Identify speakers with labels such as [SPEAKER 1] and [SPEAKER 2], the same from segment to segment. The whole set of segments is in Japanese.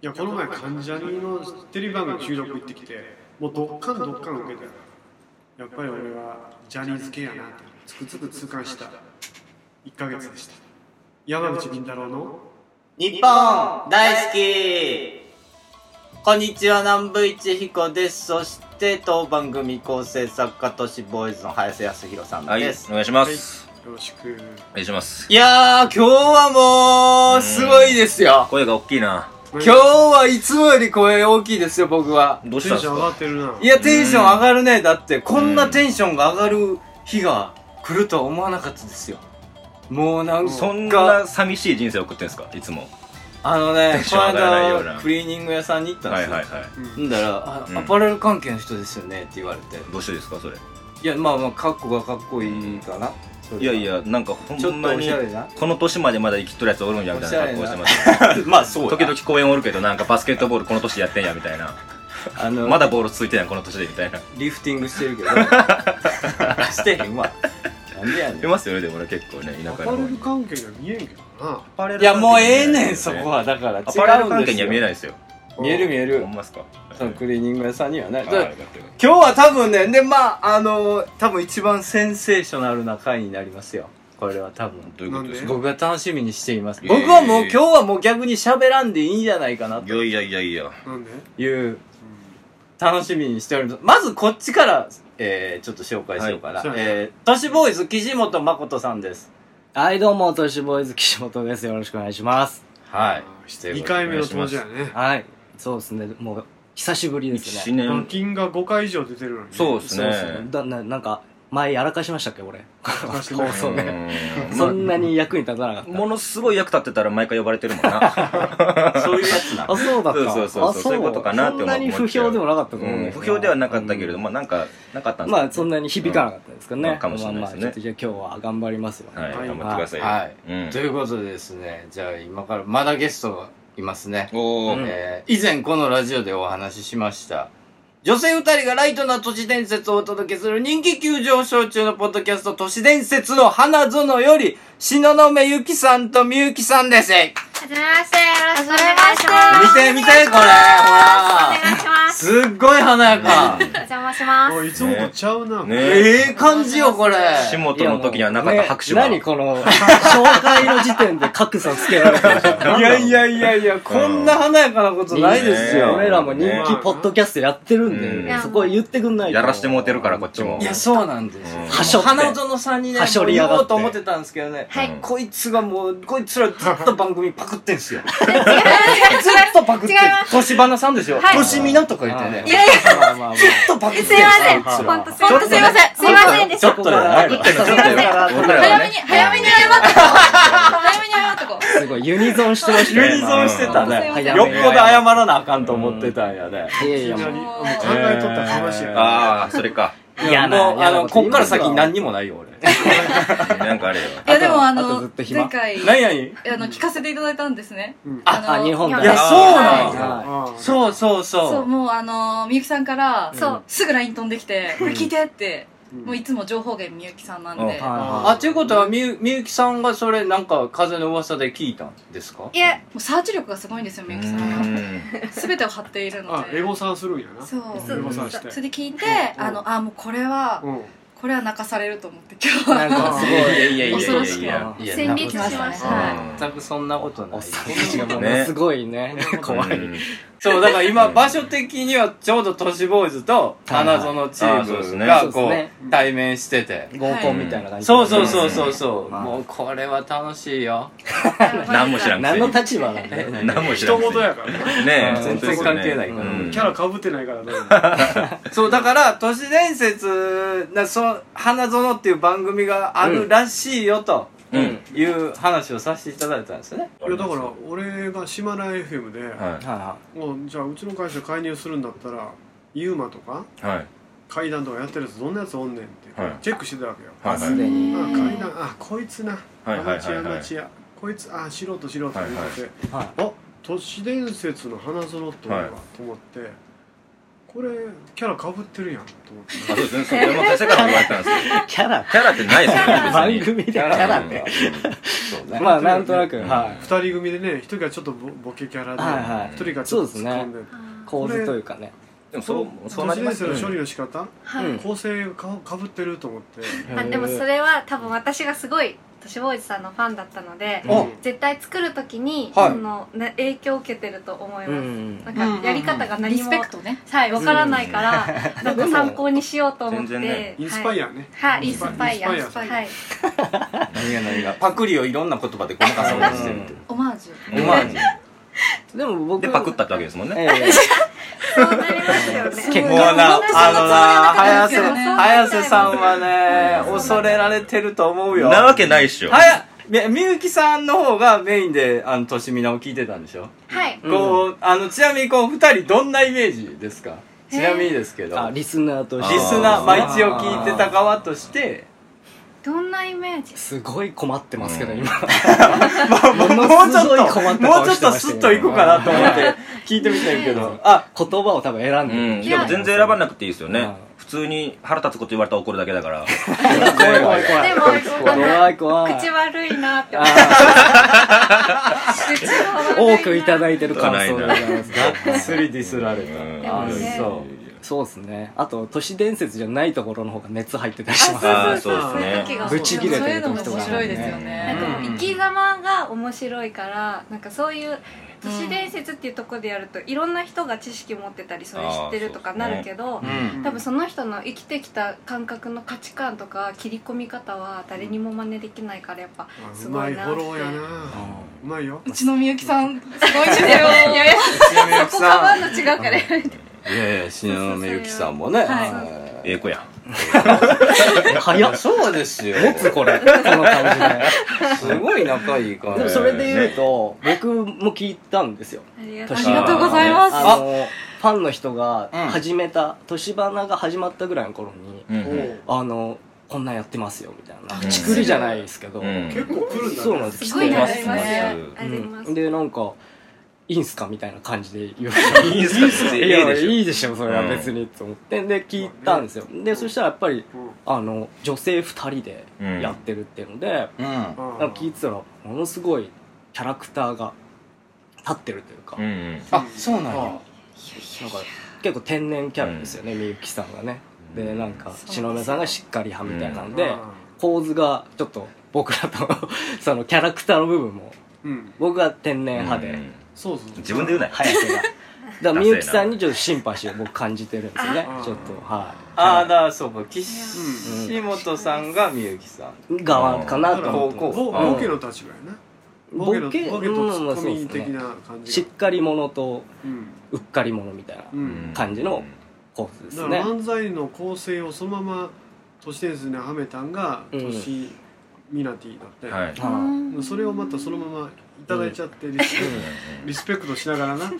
[SPEAKER 1] いやこの前関ジャニのテレビ番組収録行ってきてもうどっかんどっかん受けたよやっぱり俺はジャニーズ系やなってつくつく痛感した1ヶ月でした山口倫太郎の
[SPEAKER 2] 日本大好きこんにちは南部一彦ですそして当番組構成作家都市ボーイズの林康弘さん
[SPEAKER 3] はい、
[SPEAKER 2] です、
[SPEAKER 3] お願いします。
[SPEAKER 1] よろしく
[SPEAKER 3] お願いします
[SPEAKER 2] い、。やー今日はもうすごいですよ
[SPEAKER 3] 声が大きいな。
[SPEAKER 1] 今
[SPEAKER 2] 今日はいつもより声大きいですよ僕は
[SPEAKER 3] どうし
[SPEAKER 1] テ
[SPEAKER 3] たん
[SPEAKER 1] ン
[SPEAKER 3] で
[SPEAKER 1] ショ
[SPEAKER 3] す
[SPEAKER 1] ン上が
[SPEAKER 3] か
[SPEAKER 1] ってるない
[SPEAKER 2] やテンション上がるねだってこんなテンションが上がる日が来るとは思わなかったですよもうなんか
[SPEAKER 3] そんな寂しい人生送ってんすかいつも。
[SPEAKER 2] あの
[SPEAKER 3] テ
[SPEAKER 2] ね
[SPEAKER 3] ンシ
[SPEAKER 2] この
[SPEAKER 3] ョン上がらないような
[SPEAKER 2] 間クリーニング屋さんに行ったんで
[SPEAKER 3] は
[SPEAKER 2] す
[SPEAKER 3] い
[SPEAKER 2] よ、
[SPEAKER 3] はいはい。
[SPEAKER 1] うん
[SPEAKER 2] だからあ、
[SPEAKER 3] うん
[SPEAKER 2] アパレル関係の人ですよねって言われて
[SPEAKER 3] どうしてですかそれ。
[SPEAKER 2] いやまあまあカッコがかっこいいかな、それ
[SPEAKER 3] いやいや、なんかほ
[SPEAKER 2] ちょっと
[SPEAKER 3] んま
[SPEAKER 2] お
[SPEAKER 3] に
[SPEAKER 2] しゃ、れな
[SPEAKER 3] この年までまだ生きとるやつおるんやみたいな格好してま す。
[SPEAKER 2] まあそうや
[SPEAKER 3] 時々公園おるけど、なんかバスケットボールこの年やってんやみたいな。
[SPEAKER 2] あの
[SPEAKER 3] まだボールついてんやんこの年でみたいな。
[SPEAKER 2] リフティングしてる けどしてへんわなんでやね
[SPEAKER 3] い
[SPEAKER 2] ん
[SPEAKER 3] ますよね、でも俺結構ね、田
[SPEAKER 1] ア
[SPEAKER 3] 舎
[SPEAKER 1] パ
[SPEAKER 3] の方
[SPEAKER 1] レル
[SPEAKER 3] に。
[SPEAKER 1] 関係には見えんけどない
[SPEAKER 2] やもうええねんそこ。はだから違うん
[SPEAKER 3] ア
[SPEAKER 2] です
[SPEAKER 3] パ
[SPEAKER 2] よ
[SPEAKER 3] レル関係には見えないですよ。
[SPEAKER 2] 見える見え
[SPEAKER 3] ほ
[SPEAKER 2] る
[SPEAKER 3] んまっすか
[SPEAKER 2] そのクリーニング屋さんにはね、
[SPEAKER 3] あ
[SPEAKER 2] だ
[SPEAKER 3] ーよ
[SPEAKER 2] から
[SPEAKER 3] かったよかっ
[SPEAKER 2] 今日は多分ねでまああの多分一番センセーショナルな回になりますよこれは多分
[SPEAKER 3] たどういうことです
[SPEAKER 1] なん
[SPEAKER 3] か
[SPEAKER 2] 僕が楽しみにしています
[SPEAKER 3] えー
[SPEAKER 2] 僕はもう今日はもう逆に喋らんでいいんじゃないかない
[SPEAKER 3] やいやいやいや。
[SPEAKER 1] なんで、うん
[SPEAKER 2] という楽しみにしておりますまずこっちから、えー、ちょっと紹介しようか
[SPEAKER 1] は
[SPEAKER 2] な、
[SPEAKER 1] いそうやね
[SPEAKER 2] えー、都市ボーイズ岸本誠さんです
[SPEAKER 4] はい、どうも、都市ボーイズ岸本です。よろしくお願いします。
[SPEAKER 2] はい
[SPEAKER 1] 2回目の登場やね
[SPEAKER 4] はい。そうですね、もう、久しぶりです
[SPEAKER 3] 一
[SPEAKER 4] ね。
[SPEAKER 1] ラン
[SPEAKER 3] 年。
[SPEAKER 1] キングが5回以上出てるのに
[SPEAKER 3] そう
[SPEAKER 1] す
[SPEAKER 3] です
[SPEAKER 4] そうです
[SPEAKER 3] ね。
[SPEAKER 4] だななんか、前やらかしましたっけ、俺。
[SPEAKER 1] 確か
[SPEAKER 4] 放
[SPEAKER 1] に
[SPEAKER 4] 送ね。
[SPEAKER 3] うん
[SPEAKER 4] そんなに役に立たなかっ
[SPEAKER 3] ものすごい役立ってたら毎回呼ばれてるもんな。
[SPEAKER 2] そういうやつな
[SPEAKER 4] た。あ、そうだった。
[SPEAKER 3] そうそうそう
[SPEAKER 4] あ
[SPEAKER 3] そういうことかなっ
[SPEAKER 4] そ
[SPEAKER 3] て思うん
[SPEAKER 4] なに不評でもなかったと思うんだけど
[SPEAKER 3] 不評ではなかったけれど、まあなんか、なかったんです
[SPEAKER 4] まあ、そん
[SPEAKER 3] な。
[SPEAKER 4] なに響かなかったですか
[SPEAKER 3] う
[SPEAKER 4] ね
[SPEAKER 3] ん。かもしれないですね
[SPEAKER 4] まあまあ、ちょっとじゃあ今日は頑張りますよ。
[SPEAKER 3] はい、
[SPEAKER 1] はい
[SPEAKER 3] 頑張ってくださいよ。
[SPEAKER 2] はい
[SPEAKER 3] うん
[SPEAKER 2] ということでですねじゃあ今からまだゲストがいますね、
[SPEAKER 3] おー、
[SPEAKER 2] えー以前このラジオでお話ししました女性二人がライトな都市伝説をお届けする人気急上昇中のポッドキャスト都市伝説の花園より東雲ゆきさんとみゆきさんです見
[SPEAKER 5] はじめまして、よろしくお願いします。
[SPEAKER 2] て見てこれほ
[SPEAKER 5] お願
[SPEAKER 2] ら
[SPEAKER 5] いします。
[SPEAKER 2] すっごい華やか
[SPEAKER 5] お邪魔しま
[SPEAKER 1] お
[SPEAKER 5] す。
[SPEAKER 1] いいつもとちゃうな、
[SPEAKER 3] ね
[SPEAKER 2] ええ感じよこれ
[SPEAKER 3] 下本の時にはなかった拍手が。
[SPEAKER 4] ね何この、紹介の時点で格差つけられてるじゃん
[SPEAKER 2] いやいやいやいやこんな華やかなことないです
[SPEAKER 3] ね
[SPEAKER 2] よ
[SPEAKER 4] 俺らも人気ポッドキャストやってるんで、
[SPEAKER 3] うん
[SPEAKER 4] そこ言ってくんないと
[SPEAKER 3] やらしてもうてるからこっちも
[SPEAKER 2] いや、そうなんですよ。
[SPEAKER 3] うん
[SPEAKER 4] はしょって
[SPEAKER 2] 花園さんにね、
[SPEAKER 4] はしょりやがって
[SPEAKER 2] 言おうと思ってたんですけどね。
[SPEAKER 5] はい。違
[SPEAKER 3] う
[SPEAKER 5] うん
[SPEAKER 2] こいつがもう、こいつらずっと番組パクってん すよ。ず
[SPEAKER 5] 違う違う
[SPEAKER 2] っとパクってん
[SPEAKER 5] 違いま。
[SPEAKER 2] 年花さんでしょ
[SPEAKER 5] はい
[SPEAKER 2] 年みなとか言ってね。
[SPEAKER 5] いやい
[SPEAKER 4] まあ
[SPEAKER 5] や、
[SPEAKER 4] まあまあ
[SPEAKER 2] ずっとパクって
[SPEAKER 5] すいません。
[SPEAKER 2] こいつら
[SPEAKER 5] ほんと、ほんとすいません。すいませんでし。
[SPEAKER 2] ちょったとやないの。
[SPEAKER 3] ちょっとや僕ら
[SPEAKER 5] 早
[SPEAKER 3] は
[SPEAKER 5] めに、
[SPEAKER 3] ね。
[SPEAKER 5] 早めに謝っとこう。早めに謝っとこ
[SPEAKER 4] すごいユニゾンしてました
[SPEAKER 2] ユ
[SPEAKER 4] ね
[SPEAKER 2] ニゾンしてたね。
[SPEAKER 4] うん
[SPEAKER 2] よっぽど謝らなあかんと思ってたんやね。
[SPEAKER 4] 今いや
[SPEAKER 1] い
[SPEAKER 4] い
[SPEAKER 1] きな
[SPEAKER 4] や
[SPEAKER 1] り
[SPEAKER 4] もう
[SPEAKER 1] もう考えとったら悲しいやな
[SPEAKER 3] ああ、それか。
[SPEAKER 2] いや、
[SPEAKER 4] 嫌な
[SPEAKER 2] もう、あの、こっから先何
[SPEAKER 4] い
[SPEAKER 2] にもないよ、俺。
[SPEAKER 3] なんかあれよ。
[SPEAKER 5] う。いや、でもあ
[SPEAKER 4] あとずっ
[SPEAKER 5] の
[SPEAKER 4] と、暇
[SPEAKER 5] 前回、
[SPEAKER 2] 何やに
[SPEAKER 5] あの、聞かせていただいたんですね。
[SPEAKER 1] うん
[SPEAKER 4] あ日本で
[SPEAKER 2] いや、そうな
[SPEAKER 4] は
[SPEAKER 2] んや。
[SPEAKER 1] ああ
[SPEAKER 2] そうそう
[SPEAKER 5] そ、
[SPEAKER 2] そう
[SPEAKER 5] もうあの、みゆきさんから、
[SPEAKER 1] そう
[SPEAKER 5] すぐ LINE 飛んできて、これ聞いてって、
[SPEAKER 1] うん
[SPEAKER 5] もういつも情報源みゆきさんなん
[SPEAKER 3] うん
[SPEAKER 5] で。
[SPEAKER 2] あ、
[SPEAKER 4] は
[SPEAKER 2] ということは、みゆ、みゆきさんがそれ、なんか、風の噂で聞いたんですか
[SPEAKER 5] いえ、もうサーチ力がすごいんですよ、みゆきさんは。すべてを張っているの
[SPEAKER 1] あ
[SPEAKER 5] で。
[SPEAKER 1] エゴサーするんやな
[SPEAKER 5] そう
[SPEAKER 1] エゴサーして
[SPEAKER 5] それで聞いて、
[SPEAKER 1] うん
[SPEAKER 5] あのあもうこれは、
[SPEAKER 1] うん
[SPEAKER 5] これは泣かされると思って今日
[SPEAKER 4] いなん
[SPEAKER 5] は
[SPEAKER 4] かす
[SPEAKER 3] いやいやいやいやいやいや。
[SPEAKER 5] 恐ろしく
[SPEAKER 4] ごい
[SPEAKER 3] や
[SPEAKER 4] ない
[SPEAKER 2] や
[SPEAKER 5] 戦慄しました
[SPEAKER 3] うん
[SPEAKER 2] 全くそんなことない。
[SPEAKER 4] ものすごいね怖い
[SPEAKER 3] うん
[SPEAKER 2] そう、だから今、場所的には、ちょうど都市ボーイズと、花園チ
[SPEAKER 3] あそうで
[SPEAKER 2] ー
[SPEAKER 3] す
[SPEAKER 2] ム
[SPEAKER 3] ね
[SPEAKER 2] が、
[SPEAKER 4] そう
[SPEAKER 2] こ
[SPEAKER 4] で
[SPEAKER 2] う、対面してて。
[SPEAKER 4] 合コンみたいな感じ
[SPEAKER 2] そうそうそうそうそう。
[SPEAKER 4] はい
[SPEAKER 2] もう、これは楽しいよ。
[SPEAKER 3] 何も知らんくせ
[SPEAKER 4] 何
[SPEAKER 3] に
[SPEAKER 4] の立場なんだよ
[SPEAKER 2] え
[SPEAKER 3] 何も知ら
[SPEAKER 1] 人
[SPEAKER 3] んくせに
[SPEAKER 1] 事やからね
[SPEAKER 3] ね
[SPEAKER 2] うん
[SPEAKER 3] え、
[SPEAKER 2] 全然関係ないから
[SPEAKER 3] うん
[SPEAKER 1] キャラかぶってないからね
[SPEAKER 2] そう、だから、都市伝説、なその、花園っていう番組があるらしいよ、と
[SPEAKER 3] うん。
[SPEAKER 2] いう話をさせていただいたんですよね。
[SPEAKER 1] いやだから俺が島根 FM で、
[SPEAKER 3] は
[SPEAKER 4] は
[SPEAKER 1] もうじゃあうちの会社介入するんだったらユーマとか
[SPEAKER 3] い。はい。
[SPEAKER 1] 階段とかやってるやつどんなやつおんねんって、
[SPEAKER 3] はい
[SPEAKER 1] チェックしてたわけよ、
[SPEAKER 4] い
[SPEAKER 3] は
[SPEAKER 4] はいい
[SPEAKER 3] は
[SPEAKER 4] す
[SPEAKER 3] い。
[SPEAKER 4] でに
[SPEAKER 1] あ階段あこいつなア
[SPEAKER 3] はいはいはいはい
[SPEAKER 1] マチュアアマチュアこいつあ素人素人って言ってて、
[SPEAKER 4] はい
[SPEAKER 1] あ都市伝説の花園とは
[SPEAKER 3] はい
[SPEAKER 1] と思って、これキャラかぶってるやんと思って
[SPEAKER 3] あそうですねそう山田先生から言われたんですけど
[SPEAKER 4] キャラ
[SPEAKER 3] キャラってないですよね
[SPEAKER 4] 番
[SPEAKER 3] 別に
[SPEAKER 4] 組でキャラね。
[SPEAKER 2] そうね。
[SPEAKER 4] まあ、なんとなく、はい。
[SPEAKER 1] 2人組でね1人がちょっとボボケキャラで、
[SPEAKER 4] はいはい
[SPEAKER 1] 1人がちょっと突っ込んで
[SPEAKER 4] 構図というかね。
[SPEAKER 3] でも
[SPEAKER 1] そ
[SPEAKER 3] そ
[SPEAKER 1] の
[SPEAKER 3] うそ
[SPEAKER 1] 都
[SPEAKER 3] うな
[SPEAKER 1] 市
[SPEAKER 3] り
[SPEAKER 1] 伝
[SPEAKER 3] ます
[SPEAKER 1] 説
[SPEAKER 3] よ
[SPEAKER 1] の
[SPEAKER 3] ね
[SPEAKER 1] 処理の仕方、
[SPEAKER 6] はい、
[SPEAKER 2] うん
[SPEAKER 1] 構成かかぶってると思って
[SPEAKER 6] あでもそれは多分私がすごい年坊主さんのファンだったので
[SPEAKER 2] あ
[SPEAKER 6] 絶対作る時に、
[SPEAKER 2] はい
[SPEAKER 6] そのね影響を受けてると思います、
[SPEAKER 4] うん
[SPEAKER 6] な
[SPEAKER 5] うんう
[SPEAKER 6] ん
[SPEAKER 5] んうん
[SPEAKER 6] かやり方が
[SPEAKER 5] リ
[SPEAKER 6] 何
[SPEAKER 5] ス
[SPEAKER 6] も
[SPEAKER 5] ペクトね
[SPEAKER 6] はいわからないから、なんか参考にしようと思って、
[SPEAKER 3] 全然ね
[SPEAKER 1] インスパイ
[SPEAKER 6] ア
[SPEAKER 1] アね、
[SPEAKER 6] はい、インスパイア
[SPEAKER 1] インスパイア
[SPEAKER 6] はい、
[SPEAKER 2] 何が何が。パクリをいろんな言葉でごまかそうとしてるっていう。
[SPEAKER 5] オマージュ
[SPEAKER 3] オマージュ
[SPEAKER 4] でも僕
[SPEAKER 3] でパクったってわけですもんね
[SPEAKER 4] ええ
[SPEAKER 6] そうなりますよね
[SPEAKER 4] 結
[SPEAKER 2] も
[SPEAKER 4] 構
[SPEAKER 2] うな、あのな、早瀬、
[SPEAKER 5] そうなんだ
[SPEAKER 2] 早瀬さんはね、恐れられてると思うよ。
[SPEAKER 3] なわけないっしょ
[SPEAKER 2] はや、みみゆきさんの方がメインで、あの、としみなを聞いてたんでしょ
[SPEAKER 6] はい
[SPEAKER 2] こう、あの、ちなみにこう、二人どんなイメージですかちなみにですけど、
[SPEAKER 4] あ、
[SPEAKER 2] リ
[SPEAKER 4] リスナーとして。
[SPEAKER 2] スナー、まあ一応聞いてた側として、
[SPEAKER 6] どんなイメージ
[SPEAKER 4] すごい困ってますけど、
[SPEAKER 3] うん
[SPEAKER 4] 今。
[SPEAKER 2] もうちょ
[SPEAKER 4] ものすごい
[SPEAKER 2] っと、
[SPEAKER 4] 困った
[SPEAKER 2] もう
[SPEAKER 4] 顔
[SPEAKER 2] ちょっ
[SPEAKER 4] してました
[SPEAKER 2] とスッといこうかなと思って聞いてみたんやけど、あ、
[SPEAKER 4] 言葉を多分選ん
[SPEAKER 3] う
[SPEAKER 4] で
[SPEAKER 3] ん
[SPEAKER 4] る。
[SPEAKER 3] でも全然選ばなくていいですよ
[SPEAKER 4] うん
[SPEAKER 3] ね普通に腹立つこと言われたら怒るだけだから
[SPEAKER 4] 怖い怖い怖い。
[SPEAKER 6] でも
[SPEAKER 4] 怖い怖い。
[SPEAKER 6] 口悪いなって思って
[SPEAKER 4] あ
[SPEAKER 6] 口が悪
[SPEAKER 4] ー
[SPEAKER 6] いな
[SPEAKER 4] 多くいただいてる感想でございます。
[SPEAKER 2] がっつりディスられ
[SPEAKER 3] うん
[SPEAKER 2] た。あ、そ
[SPEAKER 4] そうですね。あと、都市伝説じゃないところの方が熱入ってたりします。
[SPEAKER 3] ああそうです
[SPEAKER 6] そういう
[SPEAKER 3] ね
[SPEAKER 6] 時が
[SPEAKER 4] ぶち切れてる
[SPEAKER 5] でもそういうのも面白いですよ
[SPEAKER 6] なんか
[SPEAKER 5] ね
[SPEAKER 6] もう生き様が面白いからなんかそういう都市伝説っていうところでやるといろんな人が知識持ってたりそれ知ってるとかなるけ
[SPEAKER 2] う。
[SPEAKER 6] ど、
[SPEAKER 2] うん。
[SPEAKER 6] 多分その人の生きてきた感覚の価値観とか切り込み方は誰にも真似できないからやっぱ
[SPEAKER 1] あ
[SPEAKER 6] す
[SPEAKER 1] う
[SPEAKER 6] ご
[SPEAKER 1] ま
[SPEAKER 6] い
[SPEAKER 1] い
[SPEAKER 6] な
[SPEAKER 1] フ
[SPEAKER 6] って
[SPEAKER 1] ォローやなうまいよ
[SPEAKER 5] うちのみゆきさんすごいですよいやいや
[SPEAKER 2] 篠宮
[SPEAKER 5] そこは
[SPEAKER 2] さん
[SPEAKER 5] の違うからやめて
[SPEAKER 2] いやいや、篠宮きさんもね。はい
[SPEAKER 3] ええ子やん
[SPEAKER 2] い
[SPEAKER 4] 早
[SPEAKER 2] や、
[SPEAKER 4] っ。
[SPEAKER 2] そうですよ。
[SPEAKER 4] 持つこ れ。この感じで。
[SPEAKER 2] すごい仲いい感じ。
[SPEAKER 4] でもそれで言うと、僕も聞いたんですよ。
[SPEAKER 6] ありが
[SPEAKER 4] と
[SPEAKER 6] と
[SPEAKER 4] う
[SPEAKER 6] う
[SPEAKER 4] ご
[SPEAKER 6] ご
[SPEAKER 4] ざ
[SPEAKER 5] あ
[SPEAKER 4] い
[SPEAKER 5] り
[SPEAKER 4] ます
[SPEAKER 5] がとうございます
[SPEAKER 4] あの、ファンの人が
[SPEAKER 2] うん
[SPEAKER 4] 始めた、年花が始まったぐらいの頃に、
[SPEAKER 3] うんうん
[SPEAKER 4] あの、こんなんやってますよ、みたいな。
[SPEAKER 3] うん
[SPEAKER 4] 打ちくりじゃないですけど。
[SPEAKER 3] うん
[SPEAKER 1] 結構来るんだ、ね、
[SPEAKER 4] そうなんです。
[SPEAKER 5] すごいな
[SPEAKER 4] 来て
[SPEAKER 5] ありますね
[SPEAKER 6] ありがとうございます、
[SPEAKER 4] うんで、なんか、いいんすかみたいな感じで言われ
[SPEAKER 3] い
[SPEAKER 4] て。
[SPEAKER 3] いです か
[SPEAKER 4] い
[SPEAKER 3] い
[SPEAKER 4] や、
[SPEAKER 3] でし
[SPEAKER 4] いいでしょ、それは別に、と思って。で、聞いたんですよ。で、そしたらやっぱり、
[SPEAKER 1] うん
[SPEAKER 4] あの、女性二人でやってるっていうので、
[SPEAKER 2] うん。うん。
[SPEAKER 1] あ
[SPEAKER 4] なんか聞いてたら、ものすごいキャラクターが立ってるというか、
[SPEAKER 3] ょうんうん
[SPEAKER 2] あ、そうなんや
[SPEAKER 1] あ。
[SPEAKER 4] なんか結構天然キャラですよね、みゆきさんがねでなんか篠宮さんがしっかり派みたいなんで、
[SPEAKER 1] あ
[SPEAKER 4] 構図がちょっと僕らと そのキャラクターの部分も
[SPEAKER 1] うん
[SPEAKER 4] 僕が天然派で、
[SPEAKER 3] うん
[SPEAKER 1] そうそう
[SPEAKER 3] 自分で言うなよ
[SPEAKER 4] 早瀬がだからみゆきさんにちょっとシンパシーを僕感じてるんですよね
[SPEAKER 1] あ
[SPEAKER 4] ちょっとはい
[SPEAKER 2] ああ、だからそうか。岸本さんがみゆきさん。
[SPEAKER 4] 側かな
[SPEAKER 1] だか
[SPEAKER 4] と
[SPEAKER 1] ら
[SPEAKER 4] 思
[SPEAKER 1] ボ
[SPEAKER 4] って
[SPEAKER 2] こう
[SPEAKER 4] ます
[SPEAKER 2] こ
[SPEAKER 1] ボケの立場やなボケのボケとツ
[SPEAKER 4] うん
[SPEAKER 1] ッコ
[SPEAKER 4] そうです
[SPEAKER 1] ミ
[SPEAKER 4] ね
[SPEAKER 1] 的な感
[SPEAKER 4] し
[SPEAKER 1] じ
[SPEAKER 4] っ
[SPEAKER 1] が
[SPEAKER 4] かり者と
[SPEAKER 1] うん
[SPEAKER 4] うっかり者みたいな
[SPEAKER 1] うん
[SPEAKER 4] 感じの構図で
[SPEAKER 1] だ
[SPEAKER 4] す
[SPEAKER 1] か
[SPEAKER 4] ね
[SPEAKER 1] ら漫才の構成をそのまま都市伝説にはめたんが
[SPEAKER 4] うん
[SPEAKER 1] 都市ミナティだって、
[SPEAKER 3] はい
[SPEAKER 4] は
[SPEAKER 1] それをまたそのままいただいちゃってリスペクトリスペクトしながらな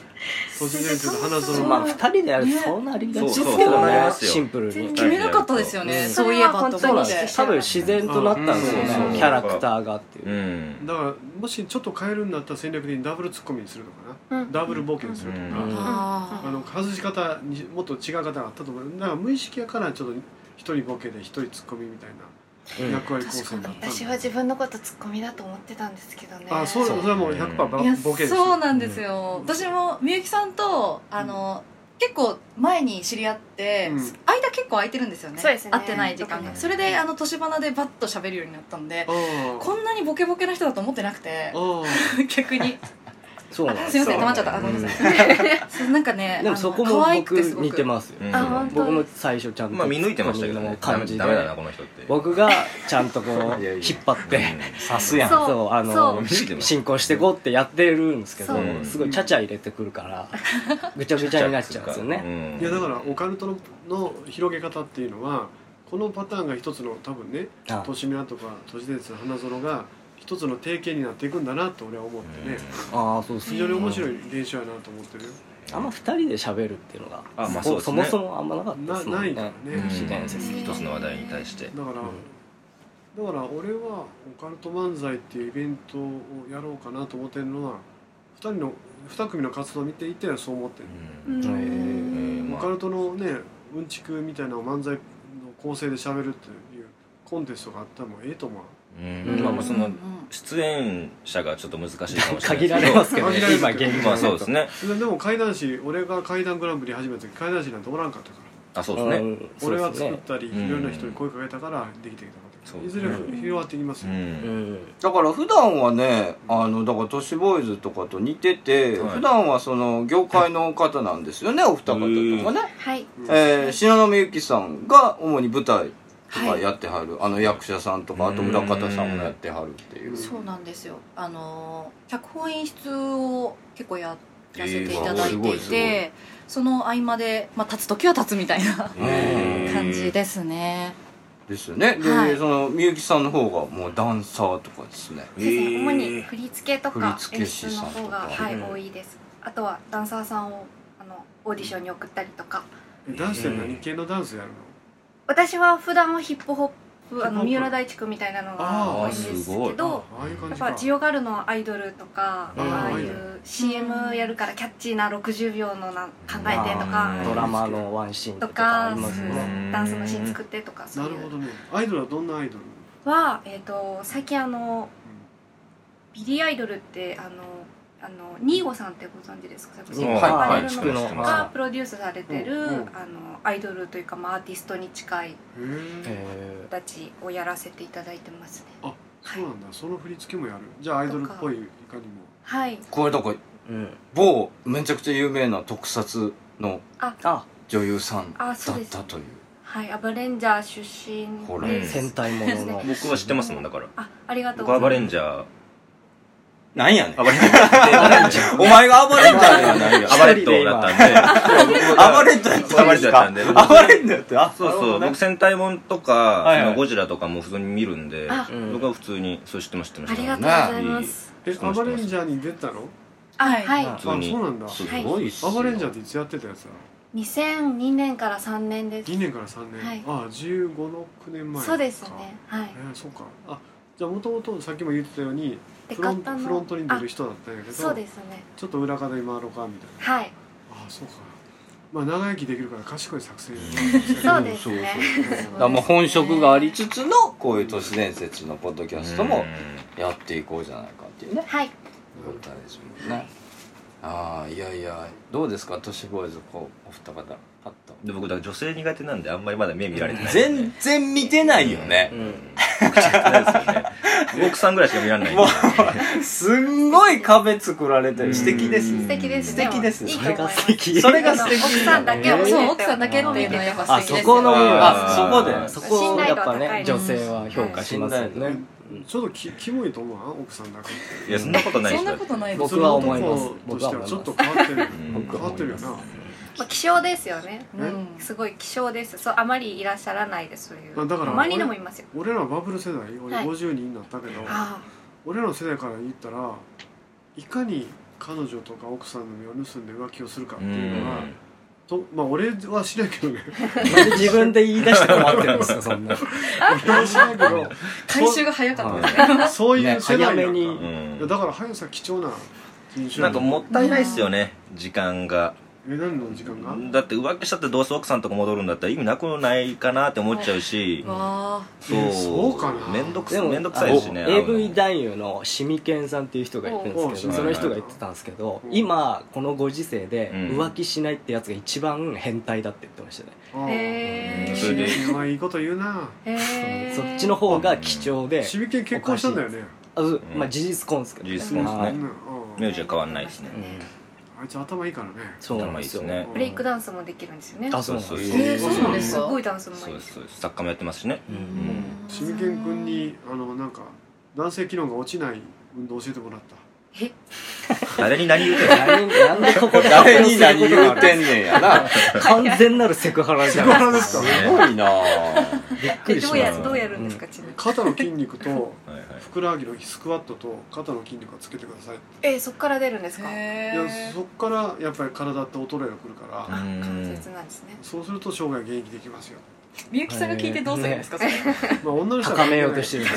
[SPEAKER 1] 都市伝説の花
[SPEAKER 4] い
[SPEAKER 1] 園
[SPEAKER 4] ま
[SPEAKER 1] ま
[SPEAKER 4] あ2人でやるとそうなりがちです
[SPEAKER 5] ね
[SPEAKER 4] け
[SPEAKER 5] そうそう
[SPEAKER 4] ど
[SPEAKER 5] なり
[SPEAKER 4] ね
[SPEAKER 3] ますよ
[SPEAKER 4] シンプルに
[SPEAKER 5] 決めなかったですよね、
[SPEAKER 4] うん
[SPEAKER 5] そういえばと
[SPEAKER 6] それ
[SPEAKER 5] 思
[SPEAKER 6] は
[SPEAKER 5] っ
[SPEAKER 6] 本当
[SPEAKER 5] て
[SPEAKER 6] に
[SPEAKER 4] 多分自然となったんですよね、
[SPEAKER 3] うん
[SPEAKER 4] キャラクターがっていうう、
[SPEAKER 3] ん
[SPEAKER 1] だからもしちょっと変えるんだったら戦略的にダブルツッコミにするとかな、
[SPEAKER 6] うん
[SPEAKER 1] ダブルボケにするとか、
[SPEAKER 4] うん
[SPEAKER 5] あ
[SPEAKER 1] あの外し方にもっと違う方があったと思うだから無意識やからちょっと一人ボケで一人ツッコミみたい
[SPEAKER 4] うん
[SPEAKER 1] な役割構成になったんだ
[SPEAKER 6] 私は自分のことツッコミだと思ってたんですけどね
[SPEAKER 1] あそうそれはもう100%
[SPEAKER 5] いや
[SPEAKER 1] ばボケです
[SPEAKER 5] そうなんですよ、私もみゆきさんとあの、結構前に知り合って、
[SPEAKER 1] うん
[SPEAKER 5] 間結構空いてるんですよね
[SPEAKER 6] そうですね
[SPEAKER 5] 会ってない時間が、
[SPEAKER 6] うん
[SPEAKER 5] それであの年花でバッと喋るようになったんで
[SPEAKER 1] あー
[SPEAKER 5] こんなにボケボケな人だと思ってなくて
[SPEAKER 1] あー
[SPEAKER 5] 逆に
[SPEAKER 4] そうなんです
[SPEAKER 5] すいま
[SPEAKER 4] そ
[SPEAKER 5] せん
[SPEAKER 4] う
[SPEAKER 5] 溜まっちゃったあごめんなさいそう なんかね
[SPEAKER 4] でもそこ
[SPEAKER 5] あの
[SPEAKER 4] も
[SPEAKER 5] 可愛
[SPEAKER 4] 僕
[SPEAKER 5] くてすごく
[SPEAKER 4] 似てますよ、
[SPEAKER 3] うん
[SPEAKER 6] あ本当
[SPEAKER 4] 僕も最初ちゃんと
[SPEAKER 3] まあ見抜いてましたけど
[SPEAKER 4] ツッコミの
[SPEAKER 3] ねダ
[SPEAKER 4] 感
[SPEAKER 3] メ
[SPEAKER 4] じ
[SPEAKER 3] ダメだな
[SPEAKER 4] で
[SPEAKER 3] この人って
[SPEAKER 4] 僕がちゃんとこう
[SPEAKER 2] いやいや
[SPEAKER 4] 引っ張って
[SPEAKER 2] さすやん。
[SPEAKER 6] そう
[SPEAKER 4] そうあ
[SPEAKER 6] そ
[SPEAKER 4] の
[SPEAKER 6] う
[SPEAKER 4] し進行してこうってやってるんですけど
[SPEAKER 3] そう
[SPEAKER 4] すごいちゃちゃ入れてくるからぐちゃぐちゃになっちゃうんですよね
[SPEAKER 1] いやだからオカルトのの広げ方っていうのはこのパターンが一つの多分ね
[SPEAKER 4] あ
[SPEAKER 1] 都市ミナとか都市伝説の花園が一つの定型になっていくんだなと俺は思ってね
[SPEAKER 4] あーそうです
[SPEAKER 1] 非常に面白い現象やなと思ってるよ
[SPEAKER 4] あんま二人で喋るっていうのが
[SPEAKER 3] あま
[SPEAKER 4] そ
[SPEAKER 3] あそう
[SPEAKER 4] う
[SPEAKER 3] です
[SPEAKER 4] そ
[SPEAKER 3] ね
[SPEAKER 4] もそもあんまなかったで
[SPEAKER 1] な
[SPEAKER 4] すもん
[SPEAKER 1] ないから
[SPEAKER 4] ね
[SPEAKER 1] ね、
[SPEAKER 3] うん
[SPEAKER 4] 自然説
[SPEAKER 3] 一つの話題に対して
[SPEAKER 1] だから、だから俺はオカルト漫才っていうイベントをやろうかなと思ってるのは2人の2組の活動を見ていてそう思ってる、
[SPEAKER 6] うん
[SPEAKER 4] へー
[SPEAKER 3] うんま
[SPEAKER 1] カルトのねうんちくみたいな漫才の構成で喋るっていうコンテストがあったらもうええと思う
[SPEAKER 3] うんまあまあその出演者がちょっと難しいかもしれないですけど
[SPEAKER 4] 限られますけどね
[SPEAKER 1] 限られる
[SPEAKER 4] 今現状
[SPEAKER 3] まあそうですね
[SPEAKER 1] ででも怪談師俺が怪談グランプリ始めた時怪談師なんておらんかったから
[SPEAKER 3] あそうですね
[SPEAKER 4] んそう
[SPEAKER 1] 俺
[SPEAKER 4] で
[SPEAKER 1] は
[SPEAKER 4] すね
[SPEAKER 1] 作ったりい
[SPEAKER 3] うん
[SPEAKER 1] ろんな人に声かけたからできてきたこと、
[SPEAKER 3] そう
[SPEAKER 1] いずれ
[SPEAKER 3] う
[SPEAKER 1] 広がっていきます
[SPEAKER 3] う
[SPEAKER 1] よ、
[SPEAKER 4] うんん
[SPEAKER 2] だから普段はねあのだから都市ボーイズとかと似てて、
[SPEAKER 3] はい
[SPEAKER 2] 普段はその業界の方なんですよねお二方とかね、
[SPEAKER 6] はい
[SPEAKER 2] えー、篠宮由紀さんが主に舞台とかやってはる、あの役者さんとかあと裏方さんもやってはるっていう
[SPEAKER 1] うん
[SPEAKER 5] そうなんですよあの脚本演出を結構やらせていた
[SPEAKER 2] えー
[SPEAKER 5] だ
[SPEAKER 2] す
[SPEAKER 5] い
[SPEAKER 2] ご
[SPEAKER 5] て
[SPEAKER 2] い
[SPEAKER 5] い
[SPEAKER 2] す
[SPEAKER 5] て、
[SPEAKER 2] ごい
[SPEAKER 5] その合間で、まあ、立つ時は立つみたいな
[SPEAKER 2] へ
[SPEAKER 5] 感じですね、
[SPEAKER 2] ですよねで、
[SPEAKER 5] はい
[SPEAKER 2] そのみゆきさんの方がもうダンサーとかですね
[SPEAKER 6] そうですね主に振り付けとか
[SPEAKER 2] 振り付
[SPEAKER 6] 演
[SPEAKER 2] け師
[SPEAKER 6] 出
[SPEAKER 2] さ
[SPEAKER 6] の
[SPEAKER 2] んとか
[SPEAKER 6] 方が、はい
[SPEAKER 4] うん
[SPEAKER 6] 多いですあとはダンサーさんをあのオーディションに送ったりとか
[SPEAKER 1] えダンスって何系のダンスやるの
[SPEAKER 6] 私は普段はヒップホップあ
[SPEAKER 1] ヒップホッ
[SPEAKER 6] の
[SPEAKER 1] プ
[SPEAKER 6] 三浦大知君みたいなのが多いんです
[SPEAKER 3] あーすご
[SPEAKER 6] け
[SPEAKER 3] い
[SPEAKER 6] ど
[SPEAKER 1] ああいう感
[SPEAKER 6] やっ
[SPEAKER 1] じ
[SPEAKER 6] ぱ
[SPEAKER 1] か
[SPEAKER 6] ジオガルのアイドルとか
[SPEAKER 1] うん
[SPEAKER 6] ああい
[SPEAKER 1] うん
[SPEAKER 6] う CM やるからキャッチーな60秒のな考えてと
[SPEAKER 3] うん
[SPEAKER 4] ド
[SPEAKER 6] か
[SPEAKER 4] ラマのワンシーンと
[SPEAKER 6] と
[SPEAKER 4] かあ
[SPEAKER 6] か
[SPEAKER 4] りますよ
[SPEAKER 3] う
[SPEAKER 4] ね
[SPEAKER 3] ん
[SPEAKER 6] ダンスのシーン作ってとかそう
[SPEAKER 1] ないる
[SPEAKER 6] う
[SPEAKER 1] ほどねアイドルはどんなアイドル
[SPEAKER 6] は、えー、と最近あのビリーアイドルってあのあのニーゴさんってご存知ですか作詞
[SPEAKER 3] うんはい
[SPEAKER 6] 家アパレ
[SPEAKER 3] はい
[SPEAKER 6] ル
[SPEAKER 3] 知っ
[SPEAKER 6] の
[SPEAKER 3] てます
[SPEAKER 4] 知ってます
[SPEAKER 6] がプロデュースされてる、
[SPEAKER 1] うんうん
[SPEAKER 6] あのアイドルというか、まあ、アーティストに近い
[SPEAKER 1] うんへえ
[SPEAKER 4] え
[SPEAKER 6] 人たちをやらせていただいてますね
[SPEAKER 1] あそうなんだその振り付けもやるじゃあアイドルっぽいいかにも
[SPEAKER 6] はい
[SPEAKER 2] これだから
[SPEAKER 4] ーうん
[SPEAKER 2] 某めちゃくちゃ有名な特撮の
[SPEAKER 4] あ
[SPEAKER 2] 女優さんだ
[SPEAKER 6] あ
[SPEAKER 2] っ
[SPEAKER 6] そうです
[SPEAKER 2] たという
[SPEAKER 6] はいアバレンジャー出身
[SPEAKER 2] ほら
[SPEAKER 6] で
[SPEAKER 4] 戦隊ものの
[SPEAKER 3] 僕は知ってますもんだから
[SPEAKER 6] あありがとう
[SPEAKER 3] 僕アバレ
[SPEAKER 6] ま
[SPEAKER 3] ンジャー
[SPEAKER 2] なんやねん
[SPEAKER 3] アバレンジャー
[SPEAKER 2] お前が暴れんじゃねえよないよ
[SPEAKER 3] アバレットだったんで
[SPEAKER 2] 暴れんじゃ
[SPEAKER 3] 暴れんじゃったんで
[SPEAKER 2] 暴れんだよってあ
[SPEAKER 3] そうそう僕
[SPEAKER 2] 僕
[SPEAKER 3] 戦隊もんとか
[SPEAKER 2] はいはい
[SPEAKER 3] そのゴジラとかも普通に見るんで
[SPEAKER 6] あ
[SPEAKER 4] うん
[SPEAKER 3] 僕は普通にそう知ってました知っ
[SPEAKER 6] すあ
[SPEAKER 3] て
[SPEAKER 6] り
[SPEAKER 3] ま
[SPEAKER 6] が
[SPEAKER 3] し
[SPEAKER 6] とうございます
[SPEAKER 1] えアバレンジャーに出たの
[SPEAKER 5] はい
[SPEAKER 6] はい、
[SPEAKER 1] あ
[SPEAKER 3] 普
[SPEAKER 1] そ
[SPEAKER 3] 通
[SPEAKER 1] う
[SPEAKER 3] に
[SPEAKER 1] なんだ
[SPEAKER 2] す
[SPEAKER 6] はい
[SPEAKER 2] ごいっすよ
[SPEAKER 1] アバレンジャーっていつやってたやつだ
[SPEAKER 6] 2002年から3年です
[SPEAKER 1] 2年から3年、
[SPEAKER 6] はい
[SPEAKER 1] ああ1 5六6年前か
[SPEAKER 6] そうですねはい
[SPEAKER 1] えー、そうかあじゃあもともとさっきも言ってたように
[SPEAKER 6] で
[SPEAKER 1] フロン
[SPEAKER 6] 方の
[SPEAKER 1] フロントに出る人だったんやけ
[SPEAKER 6] あ
[SPEAKER 1] ど
[SPEAKER 6] そうですね
[SPEAKER 1] ちょっと裏方に回ろうかみたいな
[SPEAKER 6] はい
[SPEAKER 1] ああそうかまあ長生きできるから賢い作戦やね
[SPEAKER 6] そうですね
[SPEAKER 2] そうそうだからもう本職がありつつのこういう都市伝説のポッドキャストも
[SPEAKER 3] う
[SPEAKER 2] やっていこうじゃないかっていうね
[SPEAKER 6] はい
[SPEAKER 2] ことですもんねああいやいやどうですか都市ボーイズこうお二方パッと
[SPEAKER 3] んで僕だから女性苦手なんであんまりまだ目見られてない
[SPEAKER 2] 全然見てないよね
[SPEAKER 4] うん
[SPEAKER 3] 僕さんぐらいしか見られないんで
[SPEAKER 2] もうすんごい壁作られてる素敵です
[SPEAKER 3] うん
[SPEAKER 2] ね
[SPEAKER 6] 素敵です
[SPEAKER 2] 素敵です
[SPEAKER 6] いいと
[SPEAKER 4] そ
[SPEAKER 6] 思
[SPEAKER 4] れ
[SPEAKER 6] いま
[SPEAKER 4] が
[SPEAKER 6] す
[SPEAKER 4] 素敵
[SPEAKER 2] それが素敵
[SPEAKER 6] 奥さんだけを
[SPEAKER 4] えー
[SPEAKER 5] そう奥さんだけっていうのはやっぱ
[SPEAKER 4] あ
[SPEAKER 5] 素敵
[SPEAKER 4] そ
[SPEAKER 5] です
[SPEAKER 4] この部分
[SPEAKER 2] あそこで
[SPEAKER 3] あー
[SPEAKER 4] そこをやっぱね
[SPEAKER 6] 信頼
[SPEAKER 4] 女
[SPEAKER 6] 度は高い
[SPEAKER 4] 性は評価しますよね
[SPEAKER 1] ちょっときキモいと思わん奥さんだから
[SPEAKER 3] いやそんなことないで
[SPEAKER 5] そ
[SPEAKER 3] す
[SPEAKER 5] んなことないです
[SPEAKER 4] 僕は思います
[SPEAKER 1] その男としてはちょっと変わってる変わってるよな、
[SPEAKER 6] まあ希少ですよね
[SPEAKER 5] う
[SPEAKER 1] ね
[SPEAKER 5] ん
[SPEAKER 6] すごい希少ですそうあまりいらっしゃらないですそういう
[SPEAKER 1] あだから
[SPEAKER 6] 周りでもいますよ
[SPEAKER 1] 俺らバブル世代俺
[SPEAKER 6] はい
[SPEAKER 1] 50人になったけど、
[SPEAKER 6] あ
[SPEAKER 1] 俺らの世代から言ったらいかに彼女とか奥さんの身を盗んで浮気をするかっていうのは、とまあ俺はしないけどね
[SPEAKER 4] なんで自分で言い出して困ってるんですかそんな
[SPEAKER 1] 俺はしないけど
[SPEAKER 5] 回収が早かったですね
[SPEAKER 1] そういう世代やんか
[SPEAKER 4] ね早めに
[SPEAKER 1] いやだから早さ貴重な人種
[SPEAKER 3] なんかもったいないっすよね時間が
[SPEAKER 1] え何の時間が
[SPEAKER 3] だって浮気したってどうせ奥さんとか戻るんだったら意味なくないかなって思っちゃうし
[SPEAKER 5] わ
[SPEAKER 3] そう
[SPEAKER 1] そうかな
[SPEAKER 3] めんどく
[SPEAKER 4] で
[SPEAKER 3] さ
[SPEAKER 4] も
[SPEAKER 3] めんどくさいしね
[SPEAKER 4] あ
[SPEAKER 3] 会
[SPEAKER 4] の
[SPEAKER 3] うの
[SPEAKER 4] AV 男優のシミケンさんっていう人がいるんですけ
[SPEAKER 1] おう
[SPEAKER 4] どその人が言ってたんですけど
[SPEAKER 1] うん
[SPEAKER 4] 今このご時世で
[SPEAKER 3] うん
[SPEAKER 4] 浮気しないってやつが一番変態だって言ってましたね
[SPEAKER 1] あ
[SPEAKER 6] あ
[SPEAKER 1] あ
[SPEAKER 6] へ
[SPEAKER 3] それで
[SPEAKER 1] お前いいこと言うな
[SPEAKER 6] えへえ
[SPEAKER 4] そっちの方が貴重で
[SPEAKER 1] シビケン結婚したんだよね
[SPEAKER 4] あそうまあ事実婚ですけどね
[SPEAKER 3] 事実婚ですね
[SPEAKER 4] は
[SPEAKER 1] う
[SPEAKER 4] い
[SPEAKER 1] んうん
[SPEAKER 3] 名字は変わんないですね
[SPEAKER 4] うん
[SPEAKER 1] あいつ頭いいからね
[SPEAKER 4] そうなんですよ
[SPEAKER 3] 頭いいですね
[SPEAKER 6] ブレイクダンスもできるんですよね
[SPEAKER 4] あそうなんです
[SPEAKER 3] そう
[SPEAKER 4] よ
[SPEAKER 3] そう
[SPEAKER 5] ーそうなんです
[SPEAKER 6] す
[SPEAKER 5] か
[SPEAKER 6] ごいダンスも
[SPEAKER 3] そう
[SPEAKER 6] いい
[SPEAKER 3] で
[SPEAKER 6] ですす
[SPEAKER 3] そうです作家もやってますしね
[SPEAKER 4] うん
[SPEAKER 3] ん
[SPEAKER 1] シビケン君にあのなんか男性機能が落ちない運動教えてもらった
[SPEAKER 6] え
[SPEAKER 3] 誰に何言うてんの
[SPEAKER 4] 何なんでここで
[SPEAKER 2] 誰に何言うてんねんやな
[SPEAKER 4] 完全なるセクハラじゃないですか
[SPEAKER 2] す ごいなあ
[SPEAKER 4] びっく
[SPEAKER 6] え
[SPEAKER 4] りし
[SPEAKER 6] ど
[SPEAKER 4] ま
[SPEAKER 6] うや
[SPEAKER 4] す
[SPEAKER 6] どうやるんですかちなみに
[SPEAKER 1] 肩の筋肉 と
[SPEAKER 3] はいはい
[SPEAKER 1] ふくらはぎのスクワットと肩の筋肉をつけてくださいって
[SPEAKER 6] えそっから出るんですか
[SPEAKER 1] い
[SPEAKER 5] へ
[SPEAKER 1] やそっからやっぱり体って衰えがくるから
[SPEAKER 6] あ
[SPEAKER 3] うん
[SPEAKER 6] 関節なんですね
[SPEAKER 1] そうすると生涯現役できますよ
[SPEAKER 5] みゆきさんが聞いてどうするんですかそれ
[SPEAKER 1] まあ女の人は
[SPEAKER 4] 高めよう としてるんで